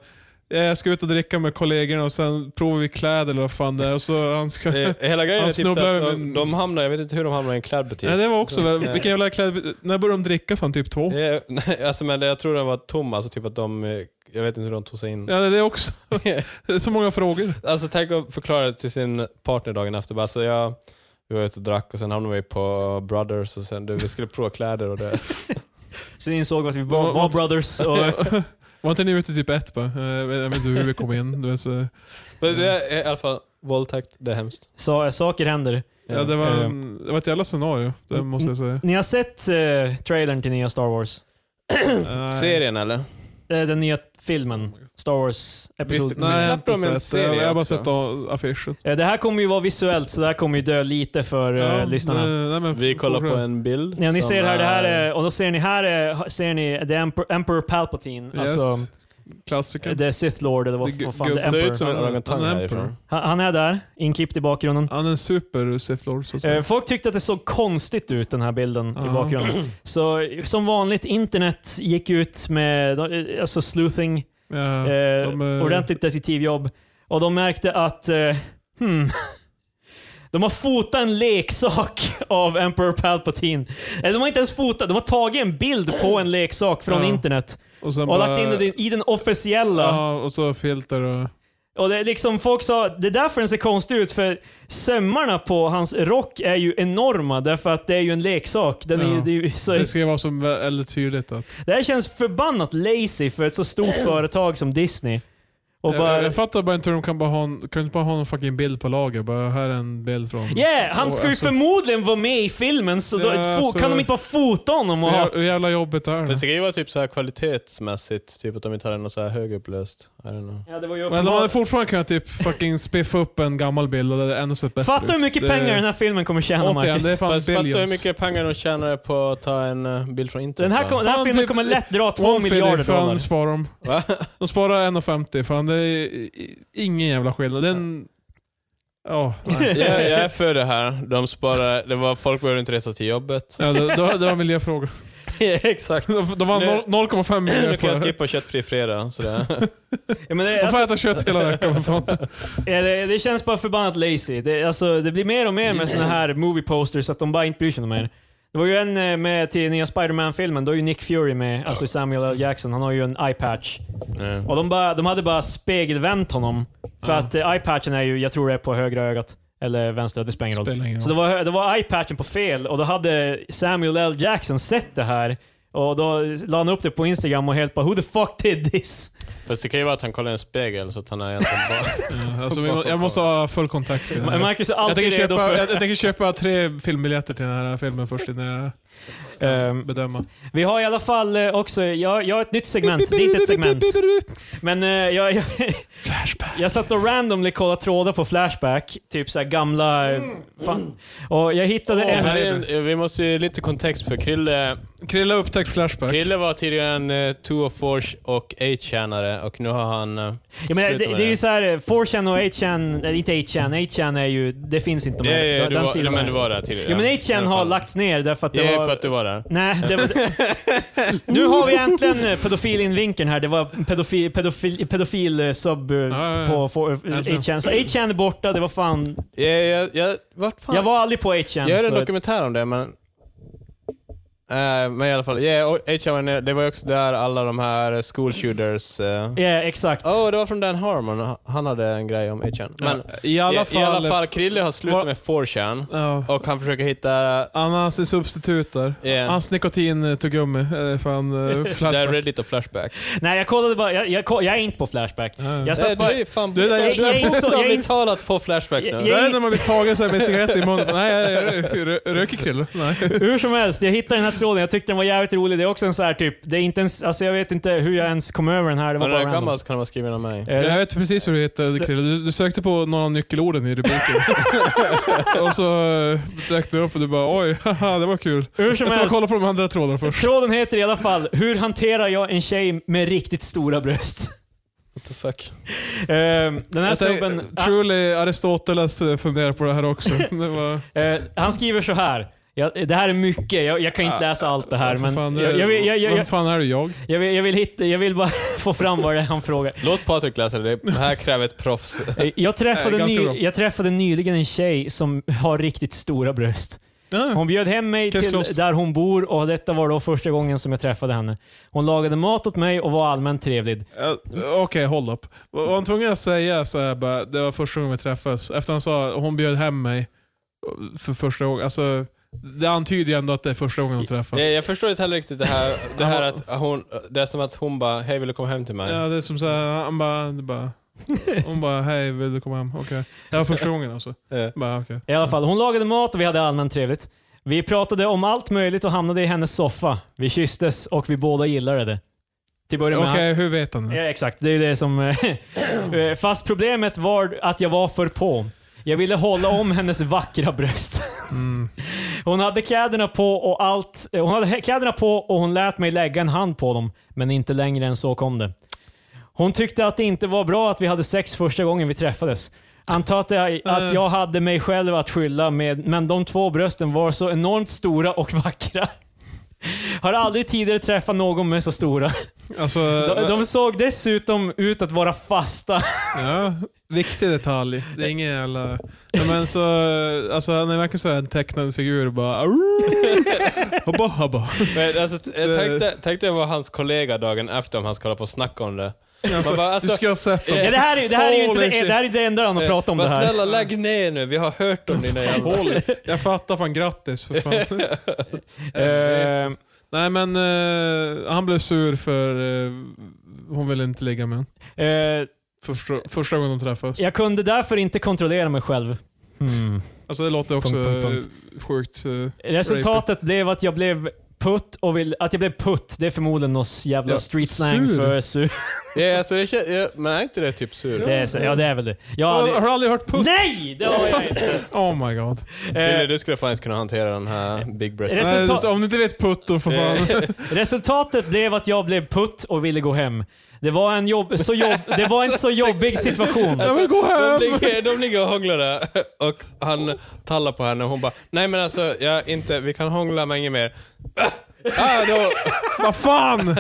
"Ja, jag ska ut och dricka med kollegorna och sen provar vi kläder eller vad fan det är. Och så han ska... Det, hela grejen Han är typ så snubblar att de, över en- de hamnar, jag vet inte hur de hamnar i en klädbutik. Nej det var också, väl- Ja. vilken jävla kläd... När började de dricka? Fan typ två? typ Det är, nej, alltså men det, jag tror den var tom, alltså typ att de, eh, jag vet inte hur de tog sig in. Ja det är också. Det är så många frågor. Alltså tänk att förklara det till sin partner dagen efter, bara alltså jag, vi var ute och drack och sen hamnade vi på Brothers och sen du, vi skulle prova kläder och det. Sen insåg vi att vi var, var brothers. Och, Var inte ni ute typ ett bara? Eh, Jag vet inte hur vi kom in. Du vet, så... Men det är i alla fall våldtäkt, det är hemskt. så, saker händer. ja, det, var eh. en, det var ett jävla scenario, det måste jag säga. Ni har sett eh, trailern till nya Star Wars? Nej. Serien eller? Eh, den nya Oh filmen? Star Wars Episod Visst, Nej, jag har Släppte de inte en sett. Jag- serie Jag har bara också? sett av- affischen. Eh, Det här kommer ju vara visuellt, så det här kommer ju dö lite för eh, Ja, lyssnarna. nej, nej, men Vi kollar på fortsätt. en bild. Ja, ni som ser här, det här är, och då ser ni här, är, ser ni The Emperor, Emperor Palpatine. Yes. Alltså, eh, Klassiker. The Sith Lord, eller Det vad, gu- vad fan, gu- The Det ser Emperor. ut som en Han- orangutang han är härifrån. emperor. Han, han är där, inklippt i bakgrunden. Han är en super Sith Lord, så att säga. Eh, folk tyckte att det såg konstigt ut, den här bilden i Ja. bakgrunden. Så som vanligt, internet gick ut med eh, alltså sleuthing, Ja, Eh, de är- ordentligt detektivjobb. Och de märkte att, eh, hmm, de har fotat en leksak av Emperor Palpatine. Eller de har inte ens fotat, de har tagit en bild på en leksak från Ja. internet och sen och bara- lagt in den i den officiella. Ja, och så filter och... Och det är liksom folk sa, det är därför den ser konstig ut, för sömmarna på hans rock är ju enorma, därför att det är ju en leksak. Den är, Ja. ju- det, är ju, så, Det ska vara så väldigt tydligt att... det här känns förbannat lazy för ett så stort företag som Disney. Och jag, bara, jag fattar bara inte hur de kan bara ha en, kan inte bara ha någon fucking bild på lager. Bara, här är en bild från... yeah, han Och ska ju alltså, förmodligen vara med i filmen, så då, Ja, alltså- ett fo- så- kan de inte bara fota honom? Och hur ha, jä- Hur jävla jobbigt är Fast det? det kan ju vara typ så här kvalitetsmässigt, typ att de inte hade något så här högupplöst. I don't know. ja, det var ju Men de uppenbar- hade fortfarande kunnat typ fucking spiffa upp en gammal bild och det hade ändå sett bättre Fatta ut. hur mycket Det- pengar den här filmen kommer tjäna, Återigen, Marcus. det är fan Fast fatta billions. hur mycket pengar de tjänade på att ta en eh, bild från internet. Den här, va? kom, den här Fan, filmen typ- kommer lätt dra två One fifty, miljarder dollar. fan sparar de. Va? De sparar 1,50 fan det är i- i- ingen jävla skillnad. Den... Ja, nej. jag, jag är för det här. De sparar, det var, folk behövde inte resa till jobbet. ja, det, det var- det var en miljöfråga. Exakt. De de var Nu- noll- 0,5 miljoner Nu på kan det jag här. skippa köttfri fredag. Sådär. Ja, men det, De alltså, får äta kött hela veckan för fan. ja, det, det känns bara förbannat lazy. Det, alltså, det blir mer och mer med såna här movie posters att de bara inte bryr sig om mer. Det var ju en eh, med till nya Spider-Man-filmen, då är ju Nick Fury med, alltså Samuel L. Jackson, han har ju en eye-patch. Mm. Och de, bara, de hade bara spegelvänt honom. För att eh, eye-patchen är ju, jag tror det är på högra ögat. Eller vänstra, det spelar ingen roll. Spelar ingen Så det roll. var, det var iPatchen på fel och då hade Samuel L. Jackson sett det här. Och då la han upp det på Instagram och helt bara “Who the fuck did this?” Fast det kan ju vara att han kollar i en spegel så att han är egentligen bara... Ja, alltså, vi må- jag måste ha full kontext. i det här. Marcus är Jag alltid tänker, redo köpa, för... jag, jag tänker köpa tre filmbiljetter till den här filmen först innan jag Ehm, bedömer. vi har i alla fall eh, också, jag, jag har ett nytt segment, det är inte ett segment. Men eh, jag, jag, Flashback. jag satt och randomly kollade trådar på Flashback, typ såhär gamla... eh, Fan. Och jag hittade Det en... här är en, vi måste ju lite kontext för Krille, Krilla upptäckt Flashback. Krille var tidigare en eh, 2 of Force och 8-tjänare och nu har han... eh, Ja, men det, slutat med det är ju såhär, 4chan och 8chan, eller inte 8chan, 8chan är ju, det finns inte Ja, mer. ja, du Den var, ja, sidan men är- du var där tidigare. Jo men I 8chan alla har fall. lagts ner därför att det Det är var... för att du var där. Nej, det var... Nu har vi äntligen eh, pedofilinvinkeln här. Det var pedofil, pedofil, pedofil eh, sub eh, ja, ja. på for- eh, Äntligen. 8chan. Så 8chan är borta, det var fan... Jag, jag, jag, vart fan? Jag var aldrig på 8chan. jag gör en så- dokumentär om det, men... Eh, men i alla fall, yeah, och H&M, det var ju också där alla de här school shooters... eh, Ja, exakt. Åh, det var från Dan Harmon. Han hade en grej om H&M. Men Ja, I alla fall... i, i alla fall, Krille har slutat Var- med 4chan Ja. och han försöker hitta... Annars är substitut där. Yeah. Hans nikotin-tuggummi är fan eh, Det är Flashback. Reddit och Flashback. Nej, jag kollade bara. Jag, jag, ko- jag är inte på Flashback. Ja, ja. Jag Nej, satt bara... du är ju fan Du är där- jag- du jag är insåg- jag bokstavligt insåg- talat på Flashback Jag- nu. Det jag- där är när man blir tagen så här med cigarett i munnen. Nej, jag, jag, rö- röker krill. Nej. Hur som helst, jag hittade den här tråden. Jag tyckte den var jävligt rolig. Det är också en så här typ... Det är inte ens, alltså jag vet inte hur jag ens kom över den här. Det var Om den bara är random. gammal så kan den vara skriven av mig. Eh, Jag vet precis vad du heter Krille. Du, du sökte på några av nyckelorden i rubriken. och så eh, dök du upp och du bara oj, haha, det var kul. Hur som Jag ska helst. kolla på de andra trådarna först. Tråden heter i alla fall “Hur hanterar jag en tjej med riktigt stora bröst?” What the fuck? Ehm, Den här Jag tänkte- snubben, Truly Aristoteles eh, funderar på det här också. Det var, ah, eh, han skriver så här. Ja, det här är mycket, jag, jag kan inte Ah, läsa allt det här. för Men fan, det- jag, jag, vill, jag, jag, Varför jag, fan är du jag? jag, vill, jag, vill hitta, jag vill bara få fram vad det är han frågar. Låt Patrik läsa det. Det här kräver ett proffs. Eh, Jag Eh, träffade, ganska bra. ny, jag träffade nyligen en tjej som har riktigt stora bröst. Ja. Hon bjöd hem mig Case till closed. där hon bor och detta var då första gången som jag träffade henne. Hon lagade mat åt mig och var allmänt trevlig. Eh, Okej, hold up. Var var han tvungen att säga så här bara, det var första gången vi träffades. Efter han sa hon bjöd hem mig eh, för första gången. Alltså, det antyder ju ändå att det är första gången de träffas. Eh, Jag, jag förstår inte heller riktigt det här, det här att hon, det är som att hon bara, hej vill du komma hem till mig? Ja, det är som så här, han bara, det bara hon bara, hej vill du komma hem? Okej. Det var första gången alltså. Ja. Bara, okej. I alla fall, hon lagade mat och vi hade allmänt trevligt. Vi pratade om allt möjligt och hamnade i hennes soffa. Vi kysstes och vi båda gillade det. Till början med Okej, hur vet han Ja, det? exakt. Det är det som... eh, Fast problemet var att jag var för på. Jag ville hålla om hennes vackra bröst. Mm. Hon hade kläderna på och allt... eh, Hon hade kläderna på och hon lät mig lägga en hand på dem. Men inte längre än så kom det. Hon tyckte att det inte var bra att vi hade sex första gången vi träffades. Antar att jag, Eh. att jag hade mig själv att skylla med, men de två brösten var så enormt stora och vackra. Har aldrig tidigare träffat någon med så stora. Alltså, De, de såg dessutom ut att vara fasta. Ja, viktig detalj. Det är ingen jävla... Ja, men så, alltså, han är verkligen så här en tecknad figur bara... Habba, habba. Men alltså, t- jag tänkte, tänkte jag var hans kollega dagen efter om han skulle hålla på och snacka om det. Alltså, Man bara, alltså, du ska ha sett Ja, dem. det, här är, det här är ju inte Holy det, shit. Eh, det, här är det enda han har pratat om det Eh, Men här. snälla lägg ner nu, vi har hört om dina jävla... Håll. Jag fattar fan, grattis för fan. Eh, Nej men eh, han blev sur för eh, hon ville inte ligga med honom. eh, första, första gången de träffas. Jag kunde därför inte kontrollera mig själv. Hmm. Alltså det låter också Punkt, punkt, eh, sjukt. eh, Resultatet blev att jag blev putt och vill, att jag blev putt, det är förmodligen någon jävla Ja, street slang sur. för sur. Ja, alltså det kän- ja, men är inte det typ sur? Det är, så- ja, det är väl det. Jag har Har, aldrig, har du aldrig hört putt? nej! Det har jag inte. Oh my god. Krille, Eh, du skulle fan inte kunna hantera den här Big Breast. Resultat- Nej, du- om du inte vet putt då för fan. Eh, Resultatet blev att jag blev putt och ville gå hem. Det var en, jobb, så jobb, det var en så jobbig situation. Jag vill gå De hem! ligger, de ligger och hånglar där och han tallar på henne och hon bara Nej men alltså, jag inte, vi kan hångla men inget mer. Ah, då, Vad fan!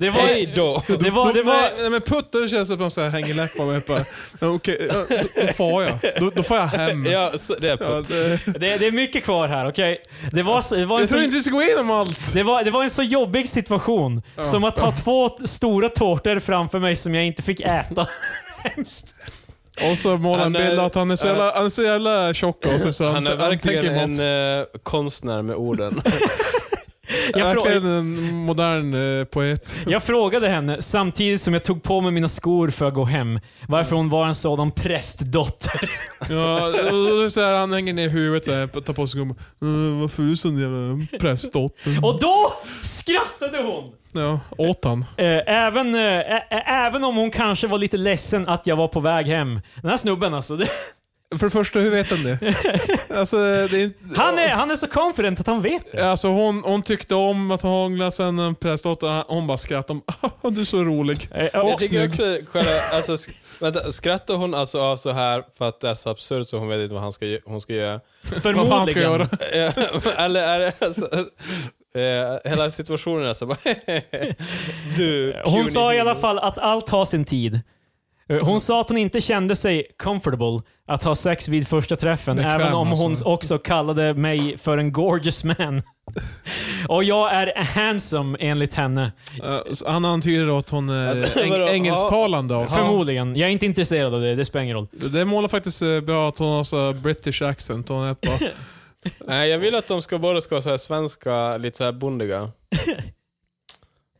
Det var, hej då! det var, det var, Nej, nej, men putt, då känns det som att de så här hänger läppar med bara, ja, Okej, ja, då, då får jag. Då, då får jag hem. Ja, så, det är Ja, putt. det, det, det är mycket kvar här, okej? Det, var, så- det, var en jag så- tror inte vi ska gå igenom allt. det, var, det var en så jobbig situation. Ja. Som att ha två t- stora tårtor framför mig som jag inte fick äta. Hemskt. Och så målar han Han är- bilden att han är så ja. jävla, han är så jävla tjock och så, så han, Han är verkligen tänker en mat. eh, konstnär med orden. Jag, verkligen frå, en modern eh, poet. jag frågade henne samtidigt som jag tog på mig mina skor för att gå hem. Varför hon var en sådan prästdotter. Ja, och då så här, han hänger ner huvudet så här, tar på sig gumman. Uh, varför är du sån jävla prästdotter? Och då skrattade hon! Ja, åt han. Eh, även, eh, ä- ä- även om hon kanske var lite ledsen att jag var på väg hem. Den här snubben alltså. Det, För det första, hur vet han det? Alltså, det är, inte- han, är, han är så confident att han vet det. Alltså hon, hon tyckte om att hångla sen en prästdotter, hon bara skrattade. Hon, du är så rolig. Eh, Jag och, tycker också själva, alltså, sk- vänta, skrattar hon alltså av så här för att det är så absurt så hon vet inte vad han ska, ge- hon ska göra? Vad fan ska jag göra? förmodligen. Eh, Eller är det alltså, eh, hela situationen är så bara Eh, Du, Eh, Hon puny sa i alla hero. fall att allt har sin tid. Eh, Hon sa att hon inte kände sig comfortable att ha sex vid första träffen, Bekväm, även om hon alltså. också kallade mig för en gorgeous man. Och jag är handsome enligt henne. Eh, så han antyder då att hon är Alltså, eng- vadå? engelsktalande. Alltså. Förmodligen. Jag är inte intresserad av det, det spelar ingen roll. Det målar faktiskt eh, bra att hon har så här British accent. Hon är bara, Nej, jag vill att de ska båda ska vara så här svenska, lite så här bondiga.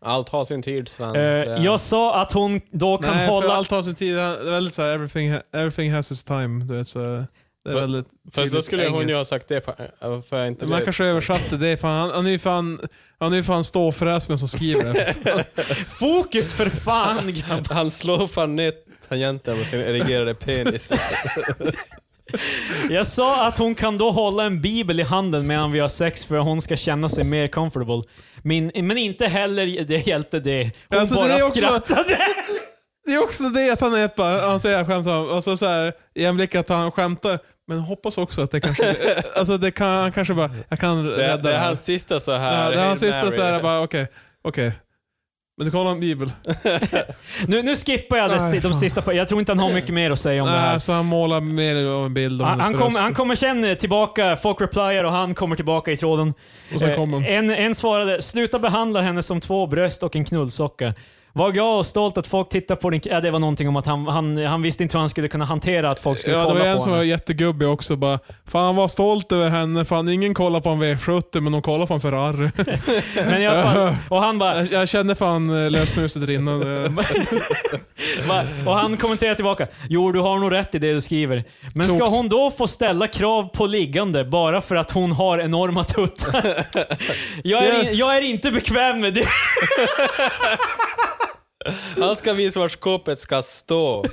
Allt har sin tid, Sven. Eh, Det är- Jag sa att hon då kan nej, för hålla... allt har sin tid. Det är väldigt så här, everything, ha- everything has its time. Du vet, så här, det är Fast- väldigt Fast då tydligt skulle hon ju ha engelskt. sagt det. På, äh, för jag inte Man det- kanske översatte det. Fan, han, han är ju fan, han är ju fan ståfräsmen som skriver det. Fokus för fan grabbar! Han slår fan ner tangenten med sin erigerade penis. Jag sa att hon kan då hålla en bibel i handen medan vi har sex för att hon ska känna sig mer comfortable. Min, men inte heller det hjälpte det. Hon Alltså, det bara är också- skrattade. Det är också det att han är bara, han säger skämtsamt, och så, så här, i en blick att han skämtar, men hoppas också att det kanske, alltså det kan, han kanske bara, jag kan Det, rädda är- det är här. hans sista så här. Ja, det är hans Hail sista Mary. så här, bara okej, okej. Men du kollar en bibel. Nu, nu skippar jag det, Nej, de fan. sista po- Jag tror inte han har mycket mer att säga om det Nej, här. så han målar mer av en bild av Han, han, hennes kom, bröst. han kommer sen eh, tillbaka, folk replier och han kommer tillbaka i tråden. Och sen Eh, kommer hon. en, en svarade “Sluta behandla henne som två bröst och en knullsocka”. Var glad och stolt att folk tittar på din... Ja, det var någonting om att han, han, han visste inte hur han skulle kunna hantera att folk skulle Ja, det var kolla en på som var honom. jättegubbig också. Bara, fan han var stolt över henne. Fan ingen kollar på en V70 men de kollar på en Ferrari. Men i alla fall, och han bara... jag, jag känner fan eh, lössnuset rinna. Det- Va? Och han kommenterar tillbaka. Jo, du har nog rätt i det du skriver. Men ska Klokt. hon då få ställa krav på liggande bara för att hon har enorma tuttar? Jag är, in- jag är inte bekväm med det. Han ska visa var skåpet ska stå.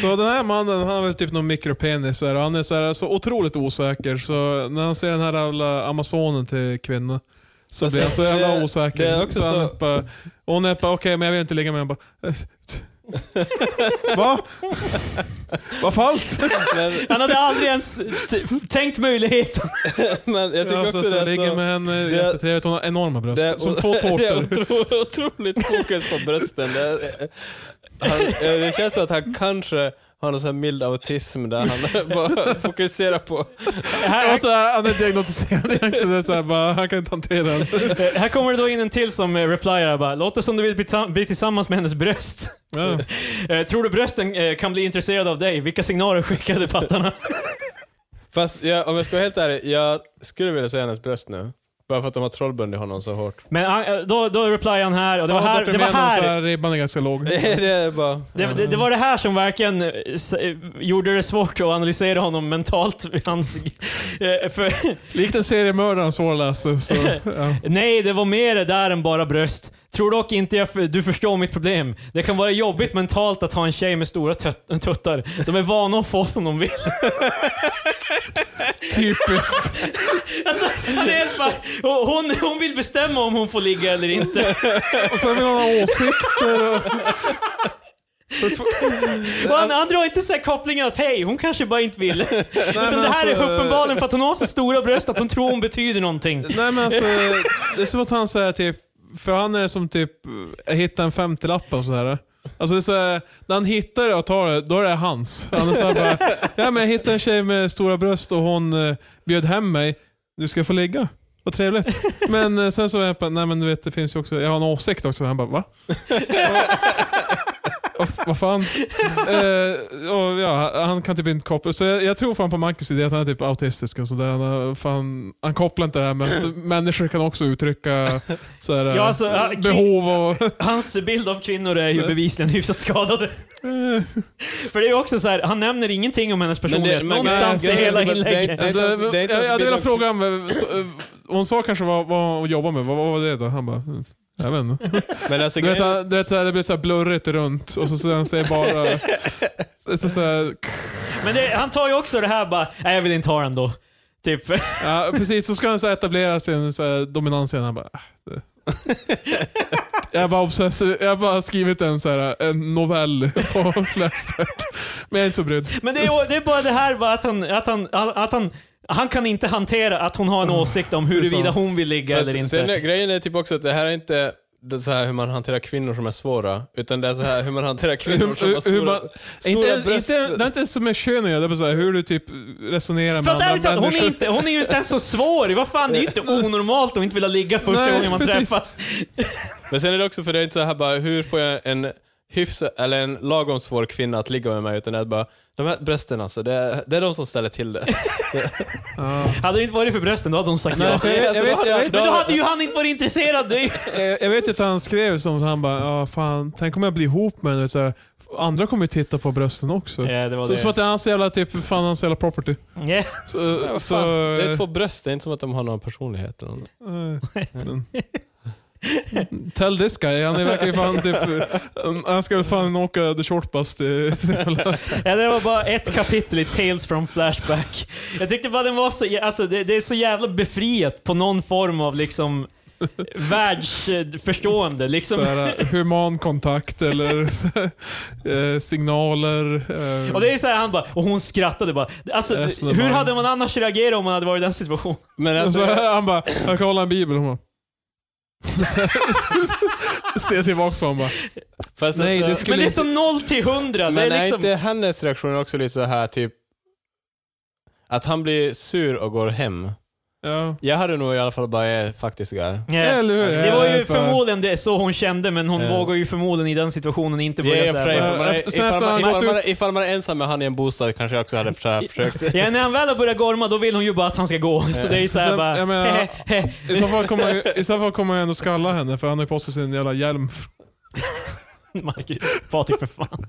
Så den här mannen, han har väl typ någon mikropenis så här, och han är så, här, så otroligt osäker så när han ser den här jävla amazonen till kvinna så blir han så det- jävla osäker. det är också han så- är bara, och hon är bara okej men jag vill inte ligga med honom. Bara, eh, Va? Vad falskt? Men, Han hade aldrig ens t- tänkt möjligheten. men jag tycker Ja, också så, så det jag är ligger så... med henne, det- jättetrevligt. Hon har enorma bröst. Det är, som två det är tårtor. otro, otroligt fokus på brösten. Det, är- han, eh, det känns som att han kanske har någon sån här mild autism där han bara fokuserar på... Här, alltså, Och så är han är diagnostiserad egentligen. Det är så här, bara, han kan inte hantera den. här kommer det då in en till som eh, replierar bara. Låter som du vill bli, ta- bli tillsammans med hennes bröst. Ja. Eh, Tror du brösten eh, kan bli intresserad av dig? Vilka signaler skickade pattarna? Fast jag, om jag ska vara helt ärlig, jag skulle vilja se hennes bröst nu. Bara för att de har trollbundit honom så hårt. Men han- eh, då, då replyade han här, och det var här, det var Så här är ribban är ganska låg. det är bara... det, det, det var det här som verkligen eh, s- eh, gjorde det svårt att analysera honom mentalt. Hans, eh, för, Likt en seriemördare svårläst. Så, ja. nej, det var mer det där än bara bröst. Tror dock inte jag, f- du förstår mitt problem. Det kan vara jobbigt mentalt att ha en tjej med stora tut- tuttar. De är vana att få som de vill. Typiskt. Alltså, han är helt bara, hon- hon, hon vill bestämma om hon får ligga eller inte. Och sen vill han ha åsikter. Och... Och han, han drar inte så här kopplingen att hej, hon kanske bara inte vill. Utan det här är alltså, uppenbarligen för att hon har så stora bröst att hon tror hon betyder någonting. Nej men alltså, det är som att han säger typ, för han är som typ, hittar en 50-lapp och sådär. Alltså det är såhär, när han hittar det och tar det, då är det hans. Han är såhär bara, ja men jag hittade en tjej med stora bröst och hon eh, bjöd hem mig. Du ska få ligga. Vad trevligt. Men eh, sen så är jag bara, nej men du vet det finns ju också, jag har en åsikt också. Han bara, va? Vad vad fan? Eh, och ja, han kan typ inte koppla. Så jag, jag tror fan på Marcus idé att han är typ autistisk och sådär. Han, har fan, han kopplar inte det här med att människor kan också uttrycka sådär, Ja, alltså, eh, ah, kri- behov och... Hans bild av kvinnor är ju bevisligen hyfsat skadade. För det är ju också så här, han nämner ingenting om hennes personlighet men- någonstans men- i hela men- inlägget. Det är Alltså, inte ens- det är jag inte jag ens hade velat bidrag- fråga honom, eh, så, eh, hon sa kanske vad, vad hon jobbar med, vad, vad var det då? Han bara, mm, jag vet inte. Men alltså, Du vet, grejen- han- du vet såhär, det blir såhär blurrigt runt och så, så han säger bara... det är Så, såhär, Men det, han tar ju också det här bara, nej jag vill inte ha den då. Typ. Ja, precis. Så ska han så här etablera sin så här, dominans igen. Han bara... "Ah, det." Jag har bara, obsess- jag har bara skrivit en, så här, en novell på Flashback. Men jag är inte så brydd. Men det är, det är bara det här bara att han, att han, att han han kan inte hantera att hon har Mm. en åsikt om huruvida hon vill ligga Fast eller inte. Sen, är- grejen är typ också att det här är inte det så här hur man hanterar kvinnor som är svåra, utan det är så här hur man hanterar kvinnor som har Hur, hur stora, man, inte, stora ens- bröst. inte, det är inte ens så med kön att göra, det är bara så här, hur du typ resonerar För med att ärligt andra talat, hon, är människor. inte, hon är ju inte ens så svår. Vad fan, det är ju inte onormalt att inte vilja ligga första Nej, gången man precis. träffas. Men sen är det också för det är inte så här bara, hur får jag en hyfsad, eller en lagom svår kvinna att ligga med mig, utan det är bara, de här brösten alltså, det är, det är de som ställer till det. Ja. Hade det inte varit för brösten, då hade hon sagt ja. Nej, för jag, jag, vet, jag, vet, Men då hade ju han inte varit intresserad. Det är ju- Eh, jag, jag vet ju att han skrev som han bara, ja fan, tänk om jag blir ihop med henne. Så här, Andra kommer ju titta på brösten också. Ja, det var så, det. Som att det är hans jävla, typ, fan, hans jävla property. Ja. Så, Ja, vad så, eh, fan, det är två bröst, det är inte som att de har någon personlighet. eller något. eh, Tell this guy, han är verkligen fan typ, han ska väl fan åka the short bus till Ja, det var bara ett kapitel i Tales from Flashback. Jag tyckte bara den var så, alltså det, det är så jävla befriat på någon form av liksom världsförstående så liksom. här, human kontakt eller så här, eh, signaler. eh, Och det är så här, han bara, och hon skrattade bara. Alltså, Resonemang. hur hade man annars reagerat om man hade varit i den situationen? Men alltså, så här, han bara, jag kan hålla en bibel. Hon bara, Ser tillbaka på honom bara. fast Nej, alltså, det skulle Men det är inte- så 0 till 100. Det Men är är liksom, inte hennes reaktion också lite så här typ, att han blir sur och går hem? Ja. Jag hade nog i alla fall bara, eh, faktiskt guy. Ja. Eller hur? Eh, Det var ju Ja, förmodligen det, så hon kände, men hon Ja. vågar ju förmodligen i den situationen inte Ja, börja i och för sig, såhär. ifall man är- Efter- sen efter ifall man- han ifall gått man- ut- Ifall man är ensam med han i en bostad kanske jag också hade försökt. försökt. Ja, när han väl har börjat gorma, då vill hon ju bara att han ska gå. Så det är ju såhär Sen- bara... jag menar- I så fall kommer jag- i så fall kommer jag ändå skalla henne för han har ju på sig sin jävla hjälm. Marcus, Patrik för fan.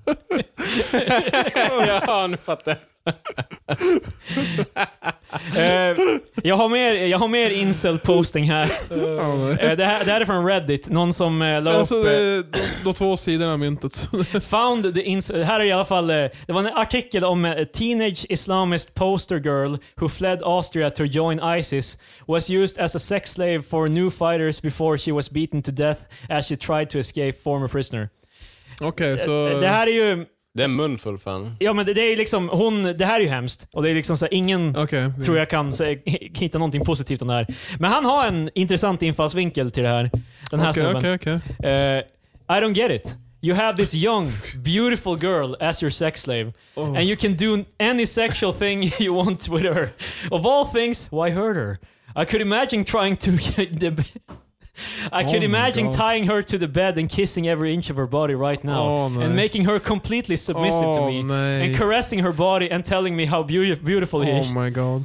ja, nu fattar jag. Eh, jag, har mer, jag har mer incel-posting här. Ja, Eh, det här. Det här är från Reddit. Någon som uh, la Alltså upp... det eh, är de, de två sidorna av myntet. Found the ins- här är i alla fall, eh, det var en artikel om eh, teenage Islamist poster girl who fled Austria to join ISIS was used as a sex slave for new fighters before she was beaten to death as she tried to escape former prisoner. Okej, så... Eh, Det här är ju, Det är en munfull fan. ja men det, det är ju liksom, hon, det här är ju hemskt. Och det är liksom så här, ingen Okej. tror jag kan säga, hitta någonting positivt om det här. Men han har en intressant infallsvinkel till det här. Den här Okej, snubben. okej, okej. Eh, I don't get it. You have this young, beautiful girl as your sex slave. Oh. And you can do any sexual thing you want with her. Of all things, why hurt her? I could imagine trying to... the, I Oh could my imagine God. tying her to the bed and kissing every inch of her body right now. Åh, nej. and making her completely submissive to Åh, me. nej. And caressing her body and telling me how beauti- beautiful he is. Oh my god.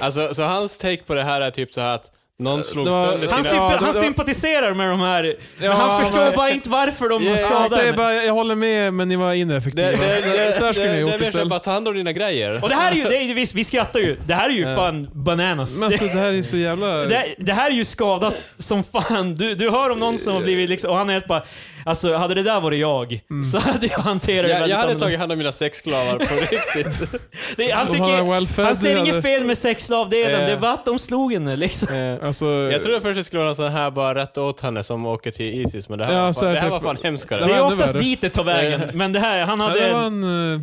Alltså, så hans take på det här är typ så här att Någon slog Det var- sönder sina... Han, Ja, ser- sympa- det- han det- sympatiserar med de här, men Ja, han förstår men- bara inte varför de Ja, Alltså, Jag skadar säger henne. bara, jag håller med men ni var Det, ineffektiva. det, det, det, så här skulle ni det, ha det gjort är mer såhär, bara istället. ta hand om dina grejer. Och det här är ju, det är, vi, vi skrattar ju. Det här är ju fan bananas. Men alltså det här är så jävla... Det, det här är ju skadat som fan. Du, du hör om någon som har blivit liksom, och han är helt bara, alltså hade det där varit jag Mm. så hade jag hanterat det jag, väldigt jag hade annorlunda. tagit hand om mina sexklavar på riktigt. det, han, de har en tycker, welfare, han ser det inget hade- fel med sexslavdelen, Eh. det var att de slog henne liksom. Eh, Alltså, jag trodde först det skulle vara någon sån här bara rätt åt henne som åker till Isis, men det här, Ja, var, så fan, här det här var typ- fan Det hemskare. var är ännu oftast värre. dit det tar vägen, Eh. men det här, han ja, det hade... var en, eh,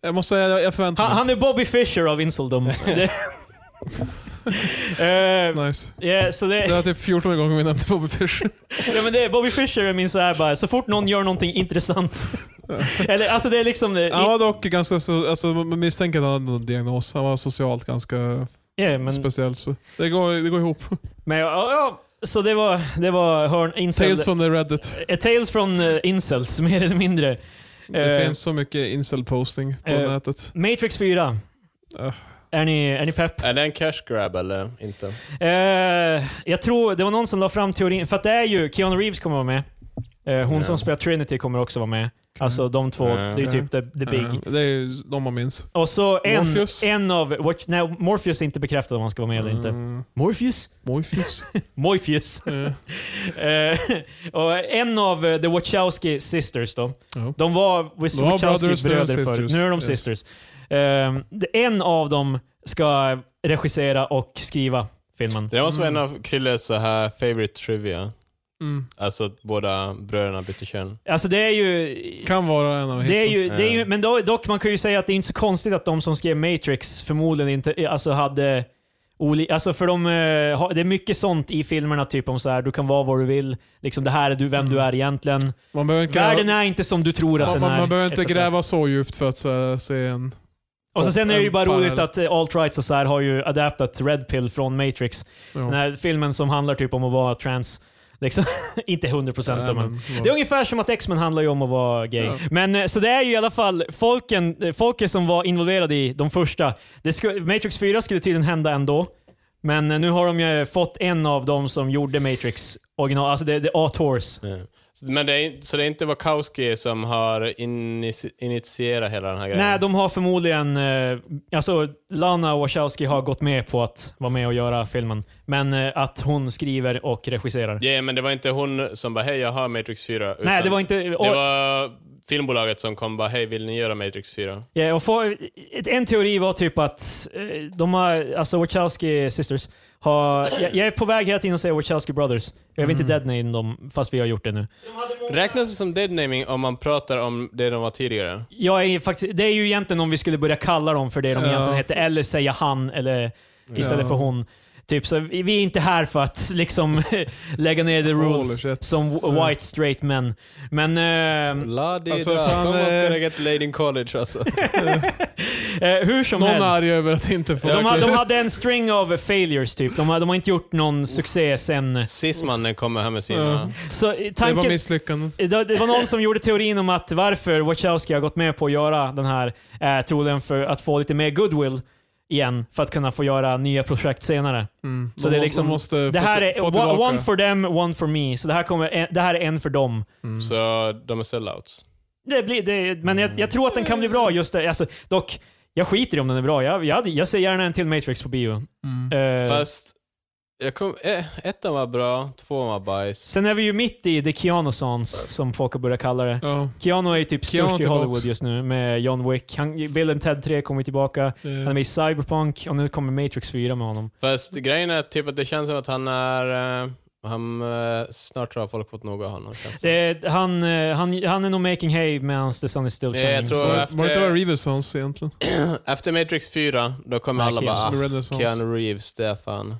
jag måste säga, jag- jag förväntade Han, mig han är Bobby Fischer av Insoldom. Det- Eh, inte. Nice. ja, så det, Det var typ 14 gånger vi nämnde Bobby Fischer. ja, men det, Bobby Fischer är min så här bara, så fort någon gör någonting intressant. Eller alltså det är liksom... det- Han var dock ganska så, alltså man misstänker att han hade någon diagnos. Han var socialt ganska ja, men, speciell så. Det går, det går ihop. men ja, ja, ja, så det var, det var hörn, incel, Tales from the Reddit. Eh, Tales från eh, incels, mer eller mindre. Det Eh, finns så mycket incel-posting på eh, nätet. Matrix 4. Ugh. Är ni, är ni pepp? Är det en cash grab eller inte? Eh, jag tror det var någon som la fram teorin, för att det är ju, Keanu Reeves kommer vara med. Eh, hon Ja. som spelar Trinity kommer också vara med. Mm. Alltså de två, Ja. det är typ the, the big. Eh, det är ju de man minns. Och så en, Morpheus. en av, what, nej, Morpheus är inte bekräftad om han ska vara med eller inte. Mm, Morpheus? Morpheus. Morpheus. Eh, Eh, och en av eh, The Wachowski Sisters då. ja. De var De var brothers, Wachowski nu är de bröder förut. sisters. Nu är de Yes. sisters. Ehm, det- en av dem ska regissera och skriva filmen. Det måste vara Mm. en av Krilles så här favorite trivia. Mm. Alltså att båda bröderna bytte kön. Alltså det är ju... Kan vara en av Det är hitsen. ju, det är ju, Eh. men då, dock, man kan ju säga att det är inte så konstigt att de som skrev Matrix förmodligen inte alltså hade... Oli, alltså för de, eh, har- det är mycket sånt i filmerna, typ om så här, du kan vara vad du vill. Liksom, det här är du, vem Mm. du är egentligen. Man behöver inte Världen gräva, är inte som du tror att man, den man, är. man behöver inte etc. gräva så djupt för att så, här, se en... Och så sen är det ju bara Panel. roligt att eh, alt-rights och så här har ju adaptat Red Pill från Matrix. Ja. Den här filmen som handlar typ om att vara trans. Liksom. inte 100% Nej, då, men. vad- Det är ungefär som att X-Men handlar ju om att vara gay. Ja. Men, eh, så det är ju i alla fall folken, eh, folket som var involverade i de första. Det sku, Matrix 4 skulle tydligen hända ändå. Men eh, nu har de ju fått en av dem som gjorde Matrix original, alltså det, det är A-Tours. Ja. Mm. Men det är, in- så det är inte Wachowski som har inici- initierat hela den här grejen? Nej, de har förmodligen... Eh, alltså, Lana Wachowski har gått med på att vara med och göra filmen. Men eh, att hon skriver och regisserar. Ja, men det var inte hon som bara hej, jag har Matrix 4. Utan Nej, det var inte... det var filmbolaget som kom bara hej, vill ni göra Matrix 4? Ja, och för, ett- en teori var typ att eh, de har, alltså Wachowski Sisters, har, jag, jag är på väg hela tiden att säga Wachowski Brothers. Jag vill inte Mm. deadname dem, fast vi har gjort det nu. Räknas det som deadnaming om man pratar om det de var tidigare? Jag är faktiskt, det är ju egentligen om vi skulle börja kalla dem för det de Ja. egentligen hette, eller säga han eller istället Ja. för hon. Typ, så vi vi är inte här för att liksom lägga ner the Holy rules shit. som w- white straight men. Men eh, la di Alltså, fan, eh, gonna get laid in college alltså. eh, hur som Någon är helst. arg över att inte få... De, ha, de hade en string av failures typ. De, har- de har inte gjort Mm. någon succé sen. Cismannen kommer här med Ja. sina... Mm. Så eh, det var tanken... misslyckanden. Det det var någon som gjorde teorin om att varför Wachowski har gått med på att göra den här är troligen för att få lite mer goodwill igen för att kunna få göra nya projekt senare. Mm. Så De det är måste- liksom- de måste Det få, här till- är få one, tillbaka. one for them, one for me. Så det här, kommer, en- det här är en för dem. Mm. Så de är sellouts. Det blir, det, men jag, jag tror att den kan bli bra just det. Alltså, dock, jag skiter i om den är bra. Jag, jag, hade- jag ser gärna en till Matrix på bio. Mm. Eh, Fast, jag kom, eh, ettan var bra, tvåan var bajs. Sen är vi ju mitt i the Keanu-sons, som folk har börjat kalla det. Ja, Keanu är ju typ Keanu störst i tillbaks. Hollywood just nu med John Wick. Han, Bill and Ted 3 kommer tillbaka. Han är det, med i Cyberpunk och nu kommer Matrix 4 med honom. Fast grejen är typ att det känns som att han är... Eh, han, eh, snart har folk fått nog av honom. känns Det som. är, han, eh, han, han är nog making hay medan the sun is still Ja, shining. jag tror- så, var efter- det inte vad Reeves Sons egentligen? Efter Matrix 4, då kommer Nej, alla bara Keanu. ah, Som Renaissance. Keanu Reeves, det är fan.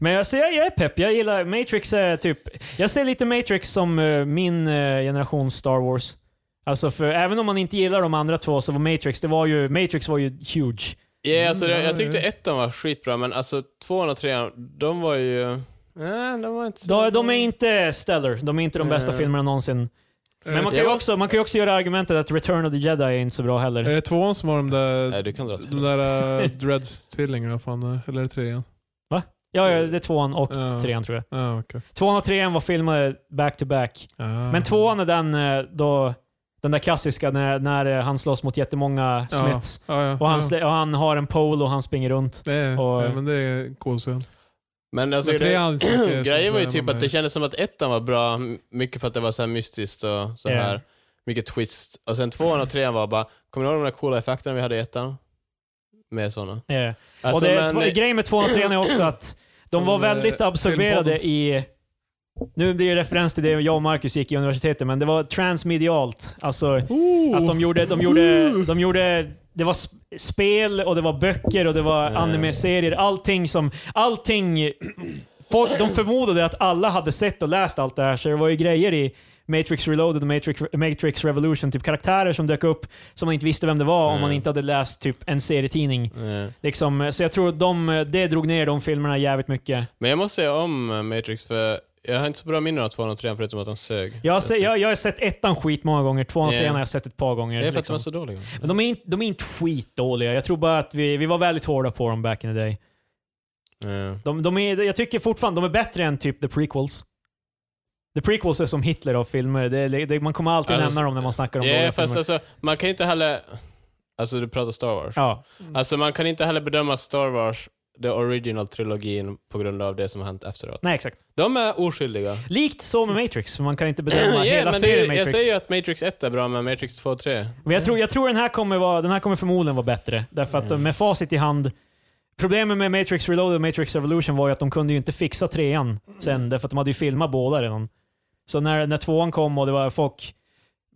Men jag, så jag, jag är pepp. Jag gillar Matrix. Är typ, jag ser lite Matrix som eh, min eh, generations Star Wars. Alltså för även om man inte gillar de andra två så var Matrix, det var ju, Matrix var ju huge. Ja, alltså, Mm, det, ja, jag tyckte ja. ettan var skitbra, men alltså tvåan och trean, de var ju... Nej, de var inte så... De, de är inte stellar. De är inte de bästa Eh. filmerna någonsin. Men man kan, ju jag var- också, man kan ju också göra argumentet att Return of the Jedi är inte så bra heller. Eh. Är det tvåan som har de där, Nej, du kan dra till. de där eh, Dreads tvillingarna? Fan, eh, eller är det trean? Va? Ja, ja, det är tvåan och Eh. Ja. trean tror jag. Ah, okej. Tvåan och trean var filmade back to back. Ah. Men tvåan är den eh, då, den där klassiska när, när eh, han slåss mot jättemånga Ja. Smiths. Ja, ja, Och, han, ja. slä- och han har en pole och han springer runt. Det är, och- ja, men det är en cool scen. Men alltså, Men grej, trean är så mycket grejen som var ju är typ med. att det kändes som att ettan var bra, m- mycket för att det var så här mystiskt och så Ja. här mycket twist. Och sen tvåan och trean var bara, kommer ni ihåg de där coola effekterna vi hade i ettan? Med sådana. Eh, Alltså, och det, men- två, grejen med tvåan och trean är också att de var Om, eh, väldigt absorberade filmpodden. i... Nu blir det referens till det jag och Marcus gick i universitetet, men det var transmedialt. Alltså att de gjorde, de gjorde, de gjorde, det var sp- spel och det var böcker och det var Mm. anime-serier. Allting som, allting... Folk, de förmodade att alla hade sett och läst allt det här, så det var ju grejer i Matrix Reloaded och Matrix, Matrix Revolution, typ karaktärer som dök upp som man inte visste vem det var om Mm. man inte hade läst typ en serietidning. Ja. Liksom, så jag tror de, det drog ner de filmerna jävligt mycket. Men jag måste säga om eh, Matrix, för jag har inte så bra minnen av tvåan och trean förutom att de sög. Alltså, Jag har, se, jag, jag har sett ettan skit många gånger, tvåan och Ja. trean har jag sett ett par gånger. det är för att de liksom. är så dåliga. Men de är, inte, de är inte skitdåliga. Jag tror bara att vi, vi var väldigt hårda på dem back in the day. Ja. De, de är, jag tycker fortfarande de är bättre än typ the prequels. The prequels är som Hitler av filmer. Det, är- det, man kommer alltid Alltså, nämna dem när man snackar om Ja, dåliga fast filmer. alltså, man kan inte heller... Alltså du pratar Star Wars. Ja, Alltså man kan inte heller bedöma Star Wars, the original-trilogin, på grund av det som har hänt efteråt. nej exakt. De är oskyldiga. Likt så med Matrix, för man kan inte bedöma Ja, hela men det, serien är- jag Matrix. Mm. säger ju att Matrix 1 är bra, men Matrix 2 och 3. Men jag tror, jag tror den, här kommer vara, den här kommer förmodligen vara bättre. Därför att Mm. med facit i hand, problemet med Matrix Reloaded och Matrix Revolution var ju att de kunde ju inte fixa trean sen, därför att de hade ju filmat båda redan. Så när, när tvåan kom och det var folk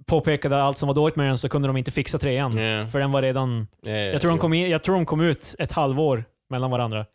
påpekade allt som var dåligt med den så kunde de inte fixa trean. Ja. För den var redan... Ja, ja, Jag tror de jo. kom, in, jag tror de kom ut ett halvår mellan varandra.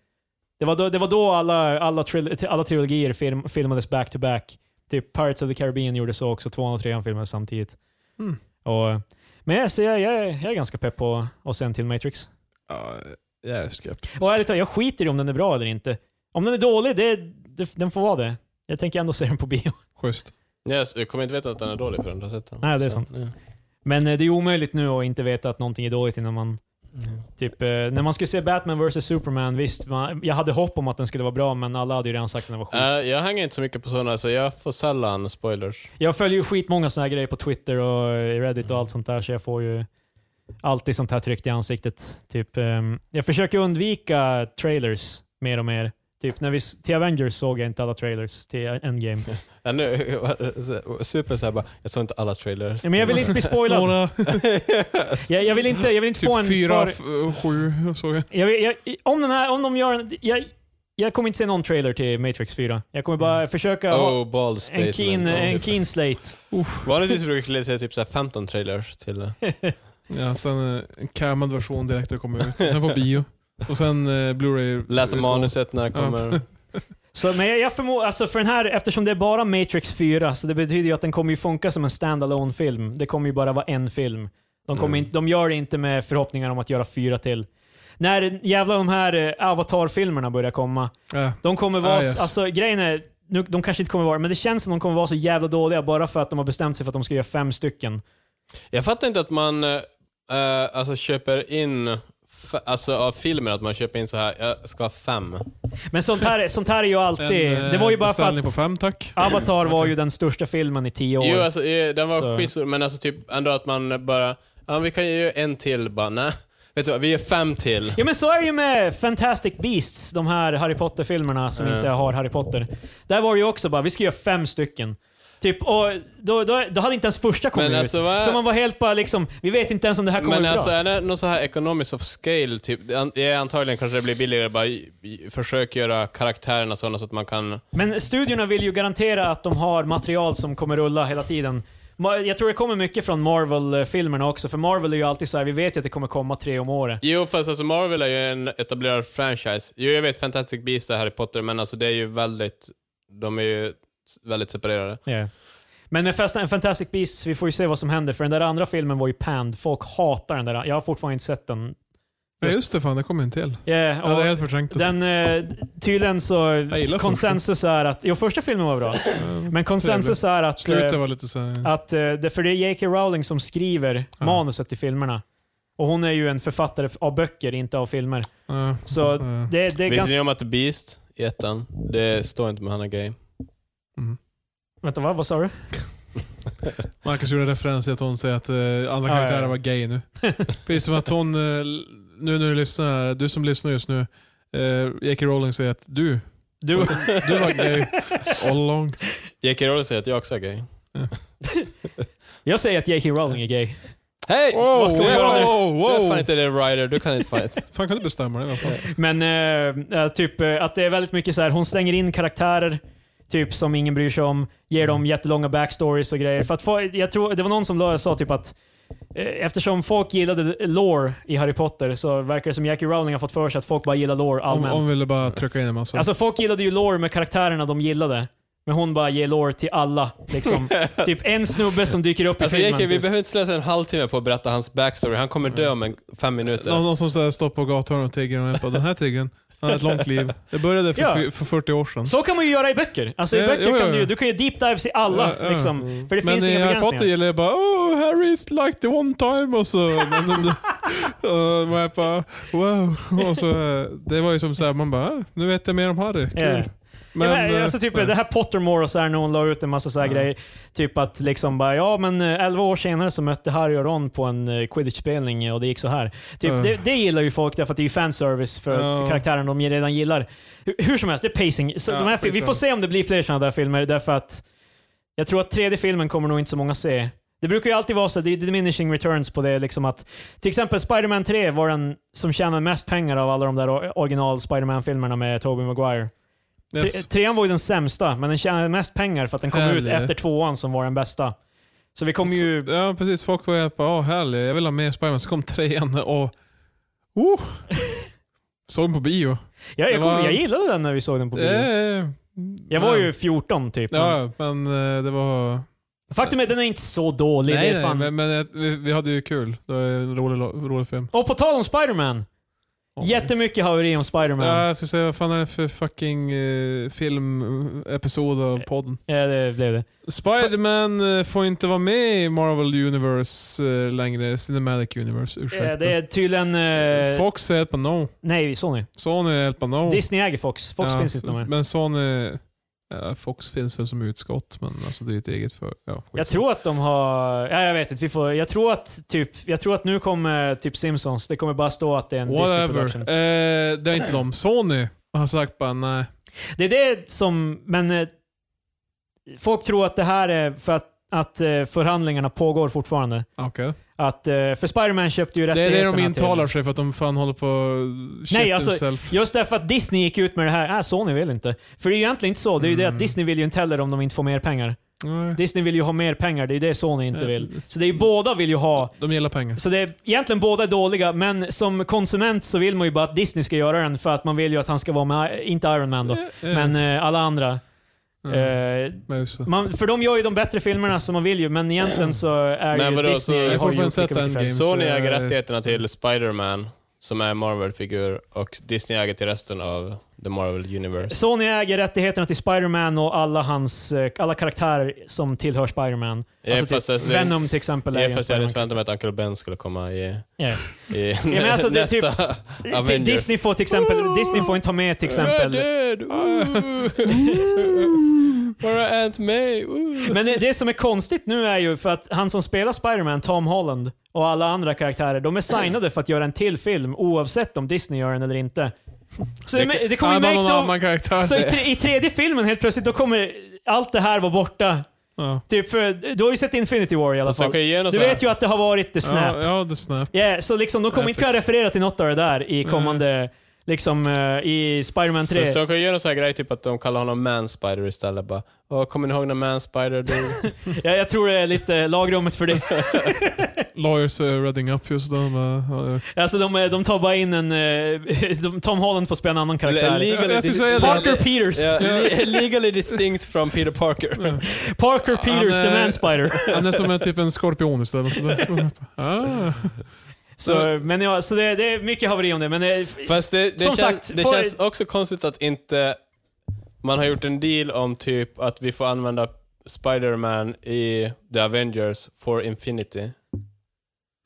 Det var då, det var då alla, alla, tril, alla trilogier film, filmades back to back. Typ Pirates of the Caribbean gjorde så också, tvåan och trean filmades samtidigt. Mm. Och, men jag, så jag, jag, är- jag är ganska pepp på och sen till Matrix. Ja, jag är skeptisk. Och ärligt talat, jag skiter i om den är bra eller inte. Om den är dålig, det, det, den får vara det. Jag tänker ändå se den på bio. Schysst. Ja, så du kommer inte veta att den är dålig förrän du har sett den. Nej, det är Så, sant. Mm. ja. Men eh, det är omöjligt nu att inte veta att någonting är dåligt innan man Mm. Typ, eh, när man skulle se Batman vs Superman, visst, man, jag hade hopp om att den skulle vara bra, men alla hade ju redan sagt att den var skit. Eh, jag hänger inte så mycket på sådana, så jag får sällan spoilers. Jag följer ju skitmånga såna här grejer på Twitter och eh, Reddit Mm. och allt sånt där, så jag får ju alltid sånt här tryckt i ansiktet. Typ, ehm, jag försöker undvika trailers mer och mer. Typ, när vi, s- till Avengers såg jag inte alla trailers till Endgame. Ja, Eh, nu, super såhär bara, jag såg inte alla trailers. Nej, Men jag vill inte bli spoilad. Några, Jag, jag vill inte, jag vill inte typ få en... fyra, för- f- sju såg jag. Jag, vet- jag, om, den här, om de gör en... Jag, jag kommer inte se någon trailer till Matrix 4. Jag kommer bara Mm. försöka... ha- oh, bold En statement. keen, Oh, en keen slate. Vanligtvis brukar Clea säga typ så här 15 trailers till eh, Ja, sen eh, en cammad version direkt när det kommer ut. Och sen på bio. Och sen eh, Blu-ray. Läsa utgång. manuset när det kommer. Så, men jag, jag förmodar, alltså för den här, eftersom det är bara Matrix 4, så det betyder ju att den kommer ju funka som en standalone film. Det kommer ju bara vara en film. De, kommer Mm. inte, de gör det inte med förhoppningar om att göra fyra till. När jävla de här eh, Avatar-filmerna börjar komma, Ja. de kommer vara, Ah, yes. alltså grejen är, nu, de kanske inte kommer vara men det känns som de kommer vara så jävla dåliga bara för att de har bestämt sig för att de ska göra fem stycken. Jag fattar inte att man eh, eh, alltså köper in f- Alltså av filmer att man köper in så här jag ska ha fem. Men sånt här, sånt här är ju En, alltid, det var ju eh, bara för beställning på att fem, tack. Avatar var ju den största filmen i tio år. Jo, alltså, eh, den var Så. skitstor, men alltså typ ändå att man bara, ja vi kan ju göra en till bara, nej. Vet du vad, vi gör fem till. Ja men så är det ju med Fantastic Beasts, de här Harry Potter-filmerna som Mm. inte har Harry Potter. Där var det ju också bara, vi ska göra fem stycken. Typ, och då, då, då hade inte ens första kommit Men ut. alltså, vad- Så man var helt bara liksom, vi vet inte ens om det här kommer Men bli alltså bra. är det någon så här economics of scale typ? Det an- ja, Antagligen kanske det blir billigare att bara i- i- försök göra karaktärerna sådana så att man kan... Men studiorna vill ju garantera att de har material som kommer rulla hela tiden. Ma- Jag tror det kommer mycket från Marvel-filmerna också, för Marvel är ju alltid så här, vi vet ju att det kommer komma tre om året. Jo fast alltså Marvel är ju en etablerad franchise. Jo jag vet Fantastic Beasts och Harry Potter men alltså det är ju väldigt, de är ju s- väldigt separerade. Ja. Men med Fast and Fantastic Beasts, vi får ju se vad som händer, för den där andra filmen var ju panned. Folk hatar den där. Jag har fortfarande inte sett den. Ja just det, fan det kom en till. Yeah, Ja, det är helt förträngt. Den, eh, tydligen så, Jag gillar konsensus är att, jo första filmen var bra, Eh, men konsensus är att, Slutet eh, var lite så här- att eh, det, för det är J.K. Rowling som skriver Ja. manuset till filmerna. Och hon är ju en författare av böcker, inte av filmer. ja, Så ja. det, det är Visste ganska... ni om att Beast i ettan. Det står inte med Hanna Gay. Mm. Vänta, vad, vad sa du? Marcus gjorde en referens till att hon säger att eh, andra Ja, karaktärer ja, ja. var gay nu. Precis som att hon, eh, nu när du lyssnar, du som lyssnar just nu, eh, J.K. Rowling säger att du, Du, du var gay all along. J.K. Rowling säger att jag också är gay. jag säger att J.K. Rowling är gay. Hej! Wow, Vad ska vi göra nu? wow, Du är fan wow. inte det writer, du kan inte fan Fan kan du bestämma dig? Vad fan? Men eh, eh, typ eh, att det är väldigt mycket så här, hon slänger in karaktärer typ som ingen bryr sig om, ger Mm. dem jättelånga backstories och grejer. För att få, jag tror, det var någon som la- sa typ att eh, Eftersom folk gillade lore i Harry Potter så verkar det som Jackie Rowling har fått för sig att folk bara gillar lore Hon, allmänt. hon ville bara trycka in en massa. Alltså folk gillade ju lore med karaktärerna de gillade. Men hon bara ger lore till alla. Liksom. typ en snubbe som dyker upp i Alltså filmen. J.K. vi typ. behöver inte slösa en halvtimme på att berätta hans backstory. Han kommer dö om en fem minuter. någon, någon som så här står på gathörnet och tigger och jag bara, den här tigern, han har ett långt liv. Det började för, Ja. fy- för 40 år sedan. Så kan man ju göra i böcker. Alltså i Ja, böcker jo, kan jo, du ju, jo. du kan ju deep dives i alla. Ja, ja. Liksom, För det Men finns i inga Harry Potter begränsningar. gillar jag bara oh, Harry's like the one time och så. Men de, och man bara wow. Och så, eh, det var ju som såhär, man bara "Ah, nu vet jag mer om Harry. Kul. Ja. Men, ja, men, eh, alltså typ nej. det här Pottermore och så här när hon la ut en massa så här Ja. grejer. Typ att liksom bara, ja men eh, 11 år senare så mötte Harry och Ron på en eh, quidditch-spelning eh, och det gick så här. Typ, Ja. det, det gillar ju folk därför att det är ju fanservice för Ja. karaktären de redan gillar. Hur, hur som helst, det är pacing. Så Ja, de här, fil- vi precis. får se om det blir fler sådana där filmer därför att jag tror att tredje filmen kommer nog inte så många se. Det brukar ju alltid vara så, det är diminishing returns på det liksom att till exempel Spider-Man 3 var den som tjänade mest pengar av alla de där or- original Spider-Man-filmerna med Tobey Maguire. Yes. Tre, trean var ju den sämsta, men den tjänade mest pengar för att den kom ut Helvete. efter tvåan som var den bästa. Så vi kommer ju... Så- Ja precis, folk var ju bara åh härlig, jag vill ha mer Spiderman. Så kom trean och oh, såg den på bio. Jag, jag, det kommer- var- jag gillade den när vi såg den på bio. Eh, jag var ja. ju 14 typ. men- Ja, men eh, det var... Faktum är att den är inte så dålig. Nej, det är nej, fan... men, men eh, vi, vi hade ju kul. Det var en rolig, lo- rolig film. Och på tal om Spider-Man. Oh, Jättemycket haveri om Spider-Man. Ja, jag ska säga, vad fan är det för fucking eh, filmepisod av podden? Ja, det blev det. Spiderman eh, får inte vara med i Marvel Universe eh, längre, Cinematic Universe, ursäkta. Eh, Det är tydligen... eh, Fox säger helt på no. Nej, Sony. Sony är helt på no. Disney äger Fox. Fox Ja, finns inte så- mer. Men Sony... ja, Fox finns väl som utskott, men alltså det är ju ett eget för... Ja, skitsamma. Jag tror att de har... Ja, jag vet inte. Vi får... Jag tror att typ... Jag tror att nu kommer typ Simpsons. Det kommer bara stå att det är en Whatever. Disney-production. Eh, det är inte de. Sony har sagt bara nej. Det är det som, men eh, folk tror att det här är för att, att eh, förhandlingarna pågår fortfarande. Okej. Att, eh, för Spider-Man köpte ju Det är det rättigheterna de intalar till sig för att de fan håller på... shit Nej, alltså, themselves. Just därför att Disney gick ut med det här, äh, Sony vill inte. För det är ju egentligen inte så, det är ju det att Mm. Disney vill ju inte heller om de inte får mer pengar. Nej. Disney vill ju ha mer pengar, det är ju det Sony inte Eh, vill. Så det är ju båda vill ju ha. De gillar pengar. Så det är egentligen båda är dåliga, men som konsument så vill man ju bara att Disney ska göra den för att man vill ju att han ska vara med, inte Iron Man då, Eh, eh, men eh, alla andra. eh, Eh, men just det. Man, för de gör ju de bättre filmerna som man vill ju, men egentligen så är Men ju vadå, så- Disney Jag har får ju väl gjort sätta lika mycket en film. game. Sony så- äger rättigheterna till Spider-Man, som är en Marvel-figur, och Disney äger till resten av The Marvel Universe. Sony äger rättigheterna till Spider-Man och alla, hans, eh, alla karaktärer som tillhör Spider-Man. Ja, Alltså fast typ alltså, det- Venom till exempel Det är är ju för en att jag hade Spider-Man. inte väntat mig att Uncle Ben skulle komma i, Ja. i men alltså, det är nästa typ- Di- Avengers. Disney får till exempel, Disney får inte ha med till exempel Jag Ah. är död! Bara Aunt May! ooh. Men det, det som är konstigt nu är ju för att han som spelar Spider-Man, Tom Holland, och alla andra karaktärer, de är signade för att göra en till film oavsett om Disney gör den eller inte. Så det, det kommer ju Han var make någon no, annan karaktär. Så Alltså, i, tre, i tredje filmen helt plötsligt, då kommer allt det här vara borta. ja. Typ, för, du har ju sett Infinity War i alla Fast de fall. kan ju ge någon Du sån här- vet ju att det har varit the snap. Ja, ja, det är Snap. Yeah, så liksom, de kommer inte kunna referera till något av det där Mm. i kommande, liksom eh, i Spider-Man 3. Fast de kan ju göra någon sån här grej, typ att de kallar honom Man-Spider istället. Bara, "Åh, kommer ni ihåg när Man-Spider dog? Ja, jag tror det är lite lagrummet för det. Lawyers är reading up just då. men, ja, ja. alltså de, eh, de tar bara in en, eh, de, Tom Holland får spela en annan Le- karaktär. legally Jag skulle dis- säga det. Parker Peters. Ja, le- legally distinct from Peter Parker. Parker Peters, Han, the eh, man spider. Han är som en, typ en skorpion istället. Så det, ah. Så, men ja, så det, det är mycket haveri om det. Men det, Fast det, det, Som känns, sagt, det får- känns också konstigt att inte man har gjort en deal om typ att vi får använda Spider-Man i The Avengers for Infinity.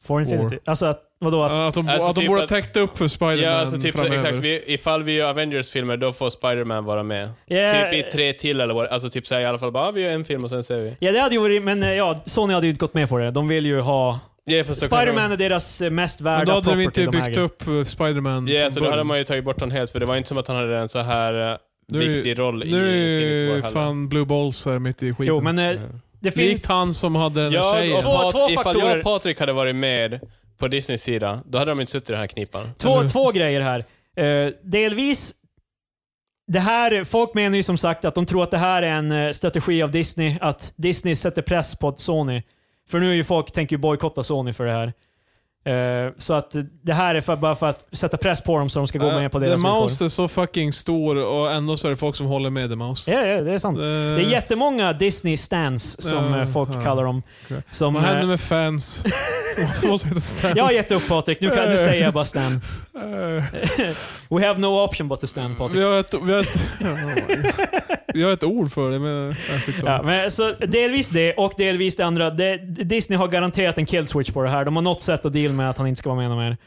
for Infinity. Alltså att Vadå? Att, Att de, Alltså, att de typ borde ha att- täckt upp för Spider-Man Ja, alltså typ så, framöver. exakt. Vi, ifall vi gör Avengers-filmer, då får Spider-Man vara med. Ja, Typ i tre till eller vad Alltså typ såhär i alla fall, bara ah, vi gör en film och sen ser vi. Ja, det hade ju varit, men eh, ja, Sony hade ju inte gått med på det. De vill ju ha... Ja, fast då kan Spider-Man är deras eh, mest Men värda då hade de property inte de byggt äger. upp eh, Spider-Man. de- Ja, så då hade början. man ju tagit bort honom helt, för det var inte som att han hade en så här eh, Nu är- viktig roll Nu i är Infinity War ju heller. fan Blue Balls här mitt i skiten. Jo, men eh, Ja. det Likt finns... han som hade den här Jag tjejen. och Pat, Två- ifall två jag faktorer. och Patrik hade varit med på Disneys sida, då hade de inte suttit i den här knipan. Två, Eller- två grejer här. Eh, delvis, det här, folk menar ju som sagt att de tror att det här är en eh, strategi av Disney, att Disney sätter press på att Sony. För nu är ju folk, tänker ju bojkotta Sony för det här. Eh, så att det här är för, bara för att sätta press på dem så de ska gå Eh, med på The deras villkor. Mouse är så fucking stor och ändå så är det folk som håller med The Mouse. Eh, Ja, ja, det är sant. Det är jättemånga Disney-stans som Ja, eh, folk ja. kallar dem. Okej. Som, Vad händer eh, med fans? Vad heter Stan? jag har gett upp Patrik, nu, kan, nu säger jag bara Stan. Eh, We have no option but to Stan Patrik. Vi har ett, vi har ett, vi har ett ord för det, men eh, skitsamma. Ja, men så delvis det och delvis det andra. Det, Disney har garanterat en kill switch på det här. De har något sätt att deal med att han inte ska vara med mer.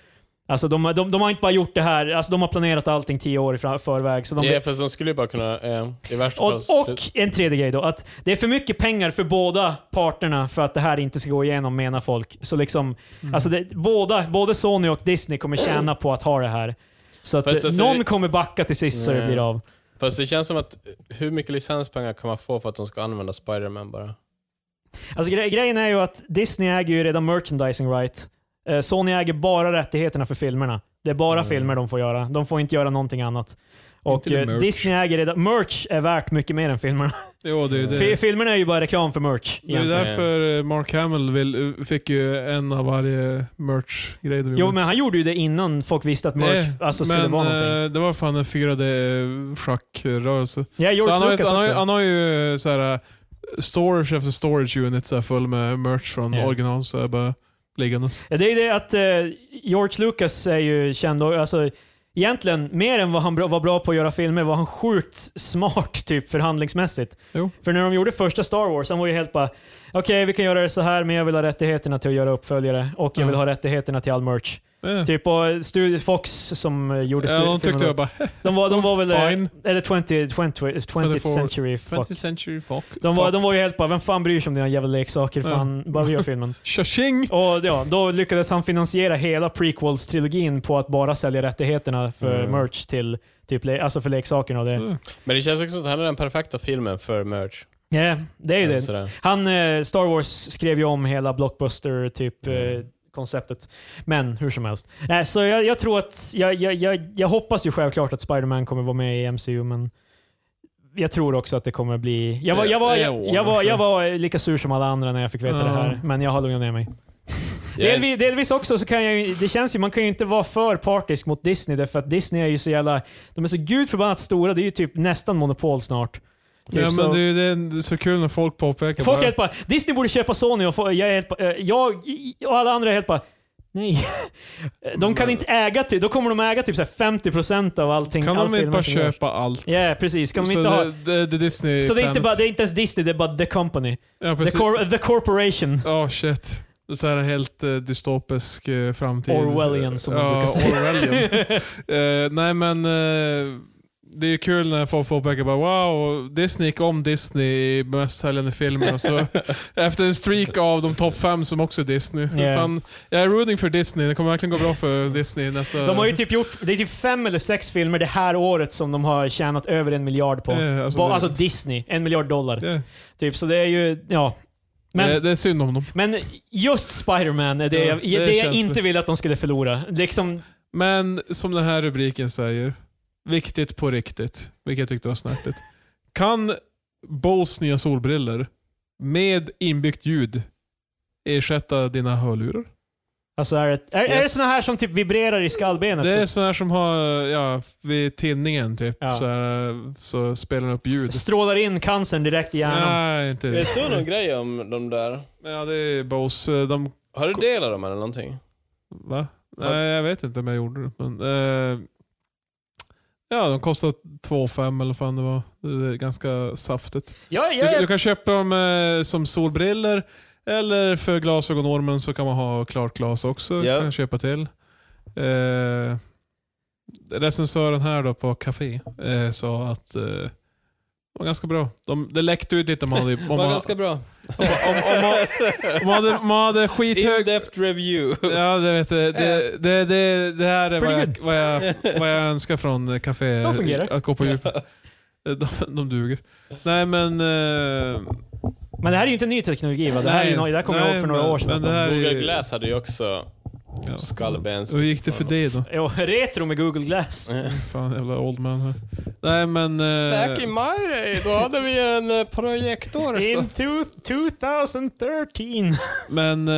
Alltså de, de, de har inte bara gjort det här, alltså de har planerat allting tio år i fra- förväg. Så de Ja, fast de skulle ju bara kunna, eh, i värsta och, fall... och en tredje grej då, att det är för mycket pengar för båda parterna för att det här inte ska gå igenom menar folk. Så liksom, Mm. alltså det, båda, både Sony och Disney kommer tjäna på att ha det här. Så att Fast eh, alltså någon vi- kommer backa till sist så det Nej. blir av. Fast det känns som att hur mycket licenspengar kan man få för att de ska använda Spider-Man bara? Alltså gre- grejen är ju att Disney äger ju redan merchandising right. Eh, Sony äger bara rättigheterna för filmerna. Det är bara Mm. filmer de får göra. De får inte göra någonting annat. Och det eh, merch. Disney äger redan... Merch är värt mycket mer än filmerna. Jo, det är ju det. Fi- Filmerna är ju bara reklam för merch. Det är egentligen. därför eh, Mark Hamill vill, fick ju en av varje merch-grej de Jo, men han gjorde ju det innan folk visste att merch Eh, alltså, skulle men, vara någonting. eh, det var fan en 4D-schackrörelse. Ja, Så George han har, ju- Lucas han, har, ju- också. han har ju så här eh, storage efter storage unit så här, full med merch från Ja. original så här, bara liggandes. Ja, det är ju det att eh, George Lucas är ju känd och, alltså, egentligen mer än vad han bra, var bra på att göra filmer var han sjukt smart typ förhandlingsmässigt. Jo. För när de gjorde första Star Wars, han var ju helt bara okej vi kan göra det så här men jag vill ha rättigheterna till att göra uppföljare och jag Ja. vill ha rättigheterna till all merch. Eh. Typ och Studio Fox som eh, gjorde Ja, stu- de tyckte filmerna. jag bara de, var, de var väl... eh, Fine. Eller 20, 20, 20th 24 century Fox. 20th century fuck. De var, de var ju helt bara, vem fan bryr sig om dina jävla leksaker? Ja. Fan, bara vi gör filmen. Tja-tjing! Och ja, då lyckades han finansiera hela prequels-trilogin på att bara sälja rättigheterna för Mm. merch till typ, le- alltså för leksakerna och det. Mm. Men det känns också som att han är den perfekta filmen för merch. Ja, det är ju Alltså det. sådär. Han, eh, Star Wars skrev ju om hela blockbuster typ eh, konceptet. Men hur som helst. Eh, så jag, jag tror att, jag, jag, jag, jag hoppas ju självklart att Spider-Man kommer vara med i MCU, men jag tror också att det kommer bli... Jag var, jag var, jag, jag var, jag var lika sur som alla andra när jag fick veta det här, Ja. men jag har lugnat ner mig. Jag är- Delvis, delvis också så kan jag ju- det känns ju, man kan ju inte vara för partisk mot Disney därför att Disney är ju så jävla, de är så gudförbannat stora, det är ju typ nästan monopol snart. Typ Ja, så. men det, är ju det det är så kul när folk påpekar Folk är bara, helt bara, Disney borde köpa Sony och få, jag, är helt, bara, eh, jag och alla andra är helt bara, nej. De kan inte äga, typ, då kommer de äga typ så här 50% av allting. Kan all de inte film bara som görs. köpa allt? Ja, precis. Kan de så inte ha, det, det, det är Disney så det är, inte planet. bara, det är inte ens Disney, det är bara the company. Ja, The, precis. cor- the corporation. Ja, shit. Så här helt eh, dystopisk eh, framtid. Orwellian, som man ja, brukar säga. Orwellian. Eh, nej men eh, det är ju kul när folk påpekar bara wow, Disney gick om Disney i mest säljande filmer. Och så, efter en streak av de topp fem som också är Disney. Så Yeah. Fan, jag är rooting för Disney, det kommer verkligen gå bra för Disney nästa... De har ju typ gjort, det är typ fem eller sex filmer det här året som de har tjänat över en miljard på. Eh, alltså, Ba- det- alltså Disney, en miljard dollar. det, Typ, så det är ju, ja. Men, det, det är synd om dem. men just Spider-Man är det, Ja, jag, det är det jag känsligt. inte vill att de skulle förlora. Liksom, Men som den här rubriken säger, viktigt på riktigt, vilket jag tyckte var snärtigt. Kan Bose nya solbriller med inbyggt ljud ersätta dina hörlurar? alltså är det, är, är det Yes. såna här som typ vibrerar i skallbenet? Det så, är sådana här som har, ja, vid tinningen typ, Ja. så, här, så spelar den upp ljud. strålar in cancern direkt i hjärnan? Nej, inte Jag det. såg någon grej om de där. Ja, det är Bose. De, Har du delat dem eller någonting? va? Nej, jag vet inte om jag gjorde det. Men, eh, ja, de kostar 2,5 eller vad fan det var. Det är ganska saftigt. Ja, ja, Du, ja. du kan köpa dem eh, som solbriller Eller för glasögonormen så kan man ha klart glas också. Ja. Kan köpa till. Eh, recensören här då på Café eh, sa att eh, det var ganska bra. De, det läckte ut lite om man hade, om Det var man, ganska bra. om, om, om, man, om man hade, man hade skithög... In-depth review. Ja, det vet jag. Det, det, det, det här är vad Pretty jag, vad, jag, vad jag önskar från eh, Café. De fungerar. Att gå på djupet. De, de duger. Nej men... eh, Men det här är ju inte ny teknologi va? Det här, är ju nej, no- det här kommer jag nej, ihåg för några men- år sedan. men det här är Google ju- Glass hade ju också Ja. skallbens. Hur gick det för dig då? Jo, retro med Google Glass. Fan jävla old man här. Nej men... eh, Back in my day, då hade vi en eh, projektor. Så In to 2013. men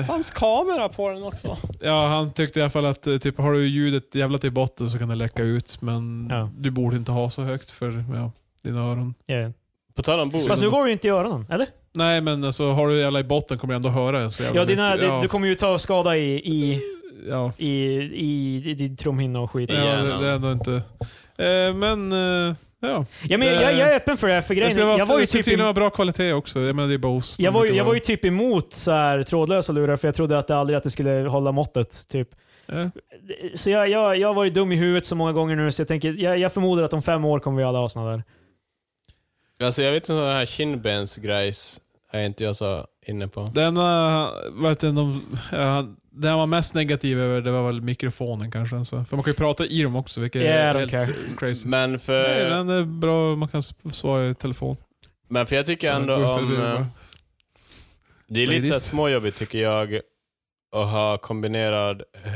eh, fanns kamera på den också. ja, han tyckte i alla fall att eh, typ, har du ljudet jävlat i botten så kan det läcka ut. Men Ja. du borde inte ha så högt för ja, dina öron. Yeah. På tal om boost. Fast nu går det ju inte i öronen, eller? Nej men alltså har du jävla i botten kommer du ändå höra så jävla Ja, dina, mycket. Du, du kommer ju ta skada i, i, ja, i, i, i din trumhinna och skit. ja, i ja, det, hjärnan. det är ändå inte... Eh, men eh, ja. Ja, men jag, jag är öppen för det här, för Det grejen ska, är, vara, jag var ju det ska typ tydligen i, vara bra kvalitet också. Jag menar det är Bose. jag var, ju- Det jag var ju brukar typ emot så här trådlösa lurar, för jag trodde att det aldrig att det skulle hålla måttet. Typ. vara- Eh, Så jag, jag, jag har varit dum i huvudet så många gånger nu, så jag, tänker, jag, jag förmodar att om fem år kommer vi alla ha såna där. Alltså jag vet inte, sådana här kindbensgrejs är inte jag så inne på. Det enda, vet inte, eh, de, ja, det han var mest negativ över det var väl mikrofonen kanske. Alltså. För man kan ju prata i dem också, vilket Yeah, I är don't helt crazy. Men eh, Nej, för, den är bra, man kan s- svara i telefon. men för jag tycker ändå Den går förbi om... eh, bara. Det är lite så här Ladies. småjobbigt tycker jag att ha kombinerad eh,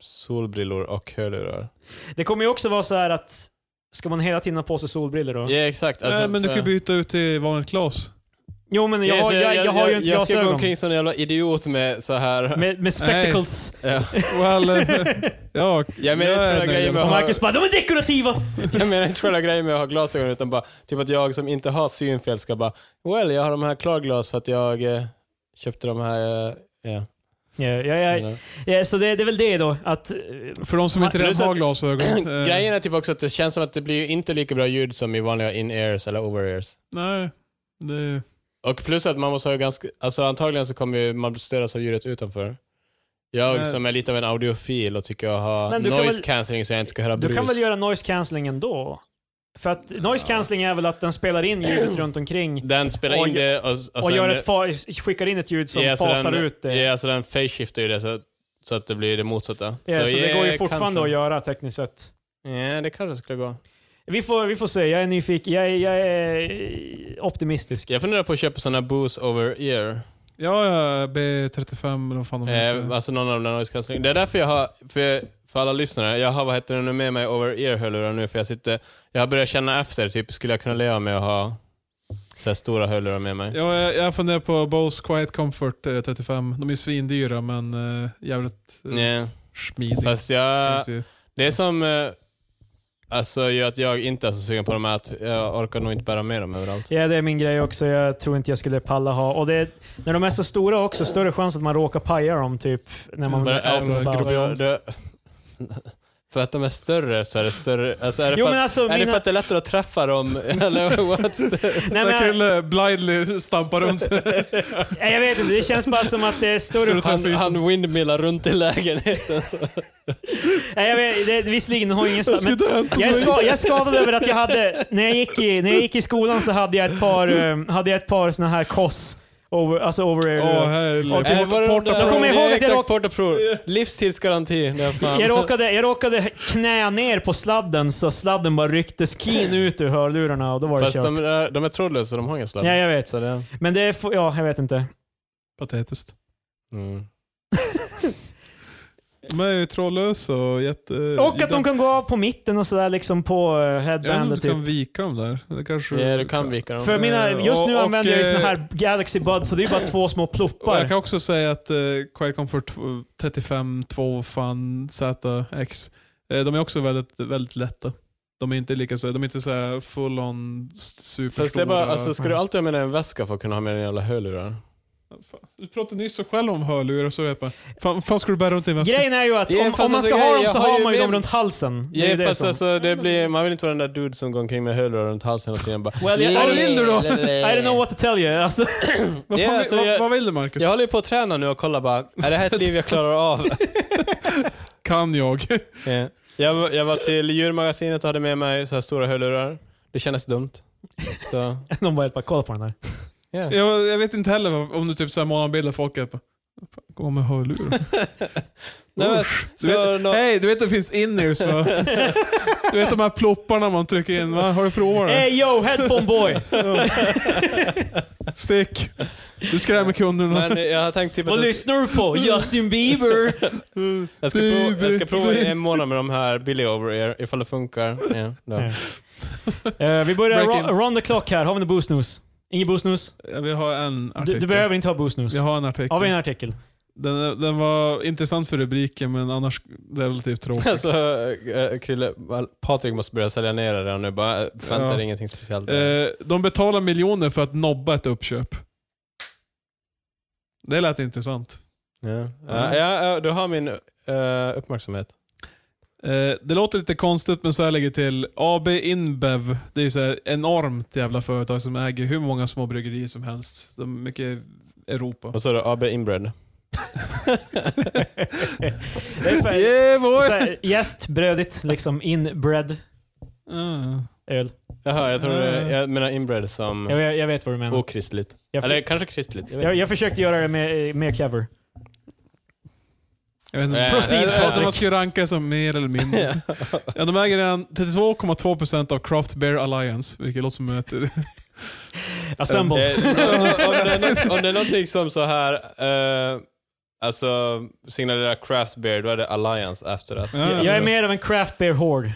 solbrillor och hörlurar. Det kommer ju också vara så här att, ska man hela tiden ha på sig solbriller då? Ja exakt. Alltså, Nej, men du för- kan ju byta ut till vanligt glas. Jo, men jag, Ja, har- så jag, jag, har ju jag, inte jag ska gå glasögon. omkring som en jävla idiot med så här. Med, med spectacles. Ja. Well, eh, ja, Jag menar inte jag är själva nöjd grejen med Och att ha- med- Marcus bara, de är dekorativa! jag menar inte själva grejen med att ha glasögon utan bara typ att jag som inte har synfel ska bara well jag har de här klarglas för att jag eh, köpte de här eh, ja. Mm. Ja, ja, ja, Eller- ja, så det, det är väl det då, att... eh, För de som inte Plus redan har att- glasögon. eh, Grejen är typ också att det känns som att det blir ju inte lika bra ljud som i vanliga in-ears eller over-ears. Nej, det, Och plus att man måste ha ju ganska, alltså antagligen så kommer ju man störas av ljudet utanför. Jag Nej. som är lite av en audiofil och tycker jag har Men du kan noise väl- cancelling så jag inte ska höra brus. Du kan väl göra noise cancelling ändå? För att noise cancelling är väl att den spelar in ljudet runt omkring Den spelar Och in gö- det och, och, och sen- gör ett fa- skickar in ett ljud som ja, så fasar den, ut det. Ja, alltså den face shiftar ju det så, så att det blir det motsatta. Ja, så det ja, går ju fortfarande kanske. att göra tekniskt sett. Ja, det kanske skulle gå. Vi får, vi får se, jag är nyfiken. Jag är, jag är optimistisk. Jag funderar på att köpa sådana Bose over ear. ja, ja, B35 eller vad fan de Eh, heter. alltså någon av den noise cancelling. Det är därför jag har, för, för alla lyssnare, jag har vad heter det nu med mig over ear-hörlurar nu för jag sitter, jag har börjat känna efter, typ skulle jag kunna leva med att ha så här stora hörlurar med mig? Ja, jag, jag funderar på Bose Quiet Comfort eh, 35. De är ju svindyra men eh, jävligt eh, Nej, smidiga. fast jag, Finns ju. det är som eh, alltså gör att jag inte är så sugen på dem är att jag orkar nog inte bära med dem överallt. Ja, det är min grej också. Jag tror inte jag skulle palla ha. Och det, när de är så stora också, större chans att man råkar paja dem typ. När man Bara- är out and jävla about. grobian. Mm, Det- det- För att de är större så är det större, alltså är det, Jo för, men att, alltså, är det mina, för att det är lättare att träffa dem? Eller what? nej, Där men, killen blindly stampar runt. nej, jag vet inte, det känns bara som att det är större Han, han windmillar runt i lägenheten. Så. Nej, jag vet, det, visserligen har jag ingen Jag stav, skulle men inte ha hänt jag är, mig. ska, jag är skadad över att jag hade, när jag gick i, när jag gick i skolan så hade jag ett par, eh, hade jag ett par såna här koss, over, alltså over Åh Och helvete. typ- Äh, var det de där- Jag kommer ihåg att jag exakt, råk- Portoprov. Livstidsgaranti. Det är fan. jag råkade, jag råkade knä ner på sladden så sladden bara rycktes kin ut ur hörlurarna och då var det Fast kört. de, är- de är trådlösa, de har ingen sladd. Ja, jag vet. Så det, Men det är, få- ja, jag vet inte. Patetiskt. mm. De är ju trådlösa och jätte... Och att de kan gå av på mitten och sådär liksom på eh, Jag vet inte om headbandet. du Typ. kan vika dem där. Det kanske... ja, du kan vika dem. För mina, Eh, just nu och- använder jag ju och, eh, såna här Galaxy Buds så det är ju bara två små Och jag pluppar. kan också säga att eh, Quiet Comfort 35 2 fan ZX. Eh, de är också väldigt, väldigt lätta. De är inte lika så, de är inte så här full on alltså, superstora. Fast det är bara, alltså, ska du alltid ha med dig en väska för att kunna ha med dig en jävla hörlurar? Fan, Du pratade nyss så själv om hörlurar och så vet man. Fan, fan ska du bära runt i väskan? Grejen är ju att Ja, om, fast om man alltså ska ha grejen- dem jag så har har ju man ju dem min- runt halsen. Det är ju Ja, det fast som- alltså, det blir, man vill inte vara den där dude som går omkring med hörlurar runt halsen hela tiden. Bara, Well, yeah, I vill du då? eh, I don't know what to tell you. Alltså, Vad, Ja, fan, alltså, vad, jag- vad vill du Marcus? Jag håller ju på att träna nu och kollar bara, är det här ett liv jag klarar av? Kan jag? Ja. Jag, var- jag var till djurmagasinet och hade med mig så här stora hörlurar. Det kändes dumt. Så, de bara, bara kolla på den här. ja. jag? Jag vet inte heller vad- om du typ såhär månadsbilder folk är på. Gå med hörlurar. Nej, men, Du så, nå- Hej, du vet det finns in-ears va? Du vet de här plopparna man trycker in va? Har du provat det? Hey yo, headphone boy! Stick! Du skrämmer kunderna. men jag har tänkt typ att Vad jag, lyssnar du på? Justin Bieber! jag, ska prova, jag Typ. ska prova i en månad med de här Billy over er ifall det funkar. Ja, då. Ja. Eh, vi börjar Break in. ro- round the clock här. Har vi någon boostnews? Ingen boostnews? Ja, vi har en artikel. Du, du behöver inte ha boostnews. Vi har en artikel. Har vi en artikel? Den, den var intressant för rubriken men annars relativt tråkig. Så, äh, Krille, Patrik måste börja sälja ner det och nu bara, äh, vänta Ja. det är ingenting speciellt. Eh, de betalar miljoner för att nobba ett uppköp. Det lät intressant. Ja. Ja, ja, ja, du har min eh, uppmärksamhet. Eh, det låter lite konstigt men så här lägger jag till AB InBev. Det är ju så här enormt jävla företag som äger hur många små bryggerier som helst. De är mycket Europa. Och så är det AB Inbred. Det är för- Yeah boy! såhär, Jäst, brödigt, liksom inbred Mm. öl. Jaha, jag tror det, jag menar inbred som Jag, jag, jag vet vad du menar. okristligt. Jag, Eller kanske kristligt. Jag vet jag, inte. jag försökte göra det med, med clever. Jag vet inte. Eh, Proceed, jag vet inte om man Patrik. skulle ranka som mer eller mindre. ja, de äger redan 32,2% av Craft Beer Alliance, vilket låter som ett... Assemble. Eh, om, det är något, om det är någonting som så här eh, alltså signalerar craft beer, då är det alliance efter det. Ja, Jag, jag är mer av en craft beer hoard.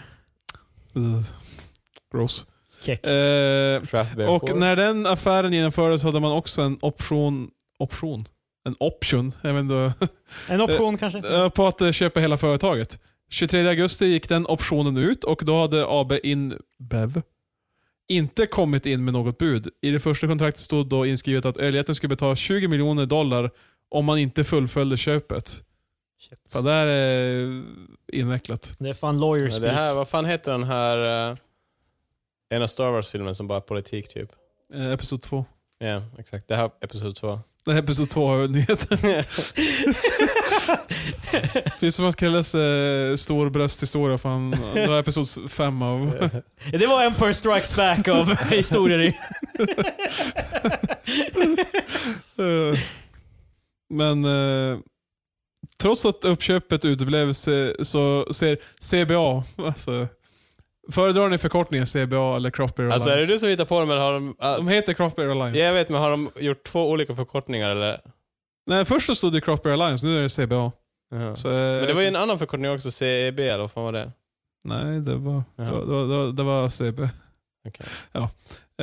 Ugh. Gross. Keck. Eh, Craft beer och Corp. när den affären genomfördes hade man också en option... Option? En option? Jag vet inte. En option kanske? eh, På att eh, köpa hela företaget. 23 augusti gick den optionen ut och då hade AB InBev inte kommit in med något bud. I det första kontraktet stod då inskrivet att öljätten skulle betala 20 miljoner dollar om man inte fullföljde köpet. Shit. Så det här är invecklat. Det är fan lawyer Ja, det speak. här, vad fan heter den här eh, en av Star Wars-filmen som bara är politik typ? Eh, episod 2. Ja, exakt. Det här är episod två. Det här är episod 2 av nyheten. Finns som att Krilles eh, stor brösthistoria fan. Det var episod 5 av... Ja, Det var Empire Strikes Back av historier i. Eh, Men eh, trots att uppköpet uteblev se- så ser CBA, alltså föredrar ni förkortningen CBA eller Crop Beer alltså är det Alliance? du som hittar på dem eller har de... ah, De heter Crop Beer Alliance. ja, jag vet, men har de gjort två olika förkortningar eller? Nej, först så stod det Crop Beer Alliance, nu är det CBA. Jaha. Så, eh, Men det var ju en annan förkortning också, CEB eller vad fan var det? Nej, det var, det Jaha. var, det var, det var, det var CB. Okej. Ja.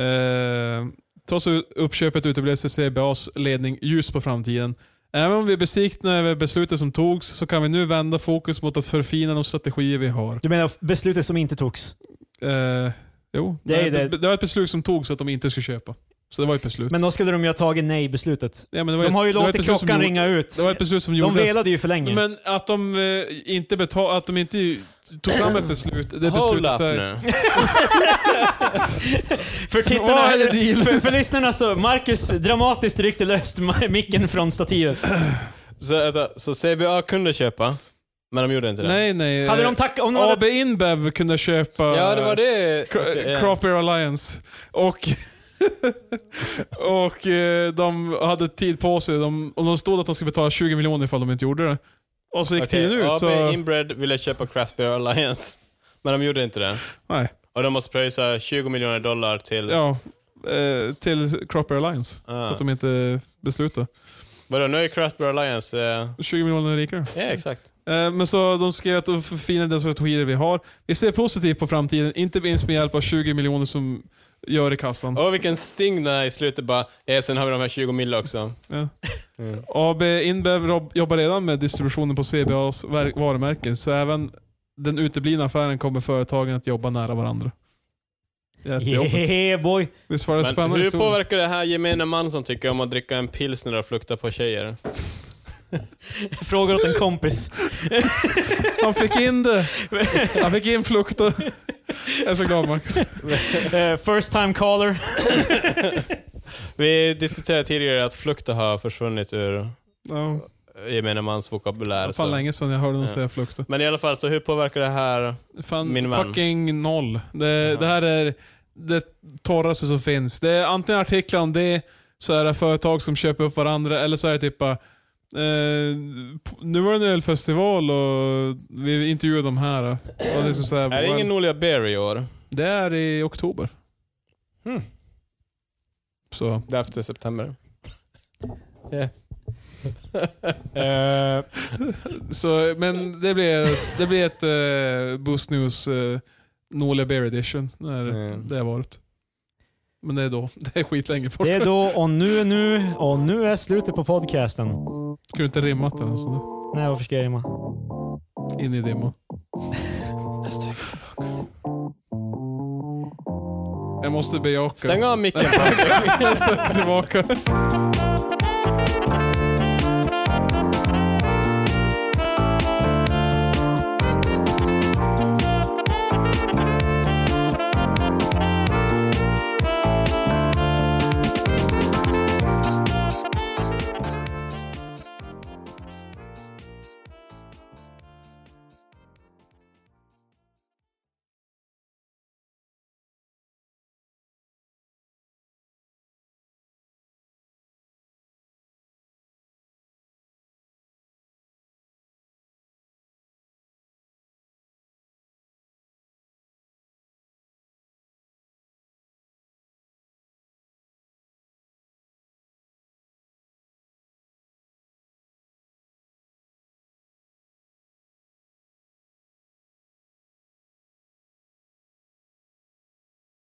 Eh, trots att uppköpet uteblev ser CBAs ledning ljus på framtiden. Även om vi är besvikna över beslutet som togs så kan vi nu vända fokus mot att förfina de strategier vi har. Du menar beslutet som inte togs? Eh, jo, Det är det, det. var ett beslut som togs att de inte skulle köpa. Så det var ett beslut. Men då skulle de ju ha tagit nej-beslutet. ja, men det var De ett- har ju det var ett låtit beslut som klockan gjorde- ringa ut. Det var ett beslut som De gjordes. velade ju för länge. Men att de eh, inte betal, att de inte ju- tog fram ett beslut. Det Hold beslutet up så här- nu. För Vad tittarna, är det deal? för, för lyssnarna så, Marcus dramatiskt ryckte löst ma- micken från stativet. Eh, Så, vänta, så CBA kunde köpa, men de gjorde inte det? Nej, nej. Hade eh, de tack, om de AB hade, InBev kunde köpa Ja, det var det. Cro- Okej, ja. Crop Air Alliance. Och, och eh, de hade tid på sig. De, och de stod att de skulle betala 20 miljoner ifall de inte gjorde det. Och så gick Okej, tiden ut. AB Så, Inbred ville köpa Craft Beer Alliance, men de gjorde inte det. nej, Och de måste pröjsa 20 miljoner dollar till... ja, eh, till Crop Air Alliance. För Ah. att de inte beslutade. Vadå, nu är Craft Beer Alliance... eh, 20 miljoner rikare. Ja, exakt. Eh, Men så de skrev att de förfinar de strategier vi har. Vi ser positivt på framtiden, inte minst med hjälp av 20 miljoner som gör i kassan. Åh, vilken sting det här i slutet bara. Ja, sen har vi de här 20 mil också. Ja. Mm. AB InBev rob- jobbar redan med distributionen på CBAs ver- varumärken, så även den uteblivna affären kommer företagen att jobba nära varandra. Jättejobbigt. Yeah boy! Visst var det en Men spännande hur historia? påverkar det här gemene man som tycker om att dricka en pilsner och flukta på tjejer? Frågar åt en kompis. Han fick in det. Han fick in flukt och... Jag är så glad Max. Eh, first time caller. Vi diskuterade tidigare att flukta har försvunnit ur Ja, gemene mans det vokabulär. var fan Så. länge sedan jag hörde någon Ja. säga flukt. Men i alla fall, så hur påverkar det här? Fan, Min vän. fucking noll. Det, Ja. det här är det torraste som finns. Det är antingen artiklar om det, så är det företag som köper upp varandra, eller så är det typ bara, eh, p- nu var det en ölfestival och vi intervjuade de här. Och det är, så här, Är det ingen Nolia Bear i år? det är i oktober. Hmm. Så. Det är efter september. Eh, så, men det blir, det blir ett eh, Boost News eh, Nolia Bear Edition. När Mm. Det har varit. Men det är då. Det är skitlänge bort. det är då och nu är nu och nu är slutet på podcasten. Kunde inte rimmat den alltså. Nej, varför ska jag rimma? In i dimman. Jag måste bejaka. Stäng av micken. Patrik. Jag måste tillbaka.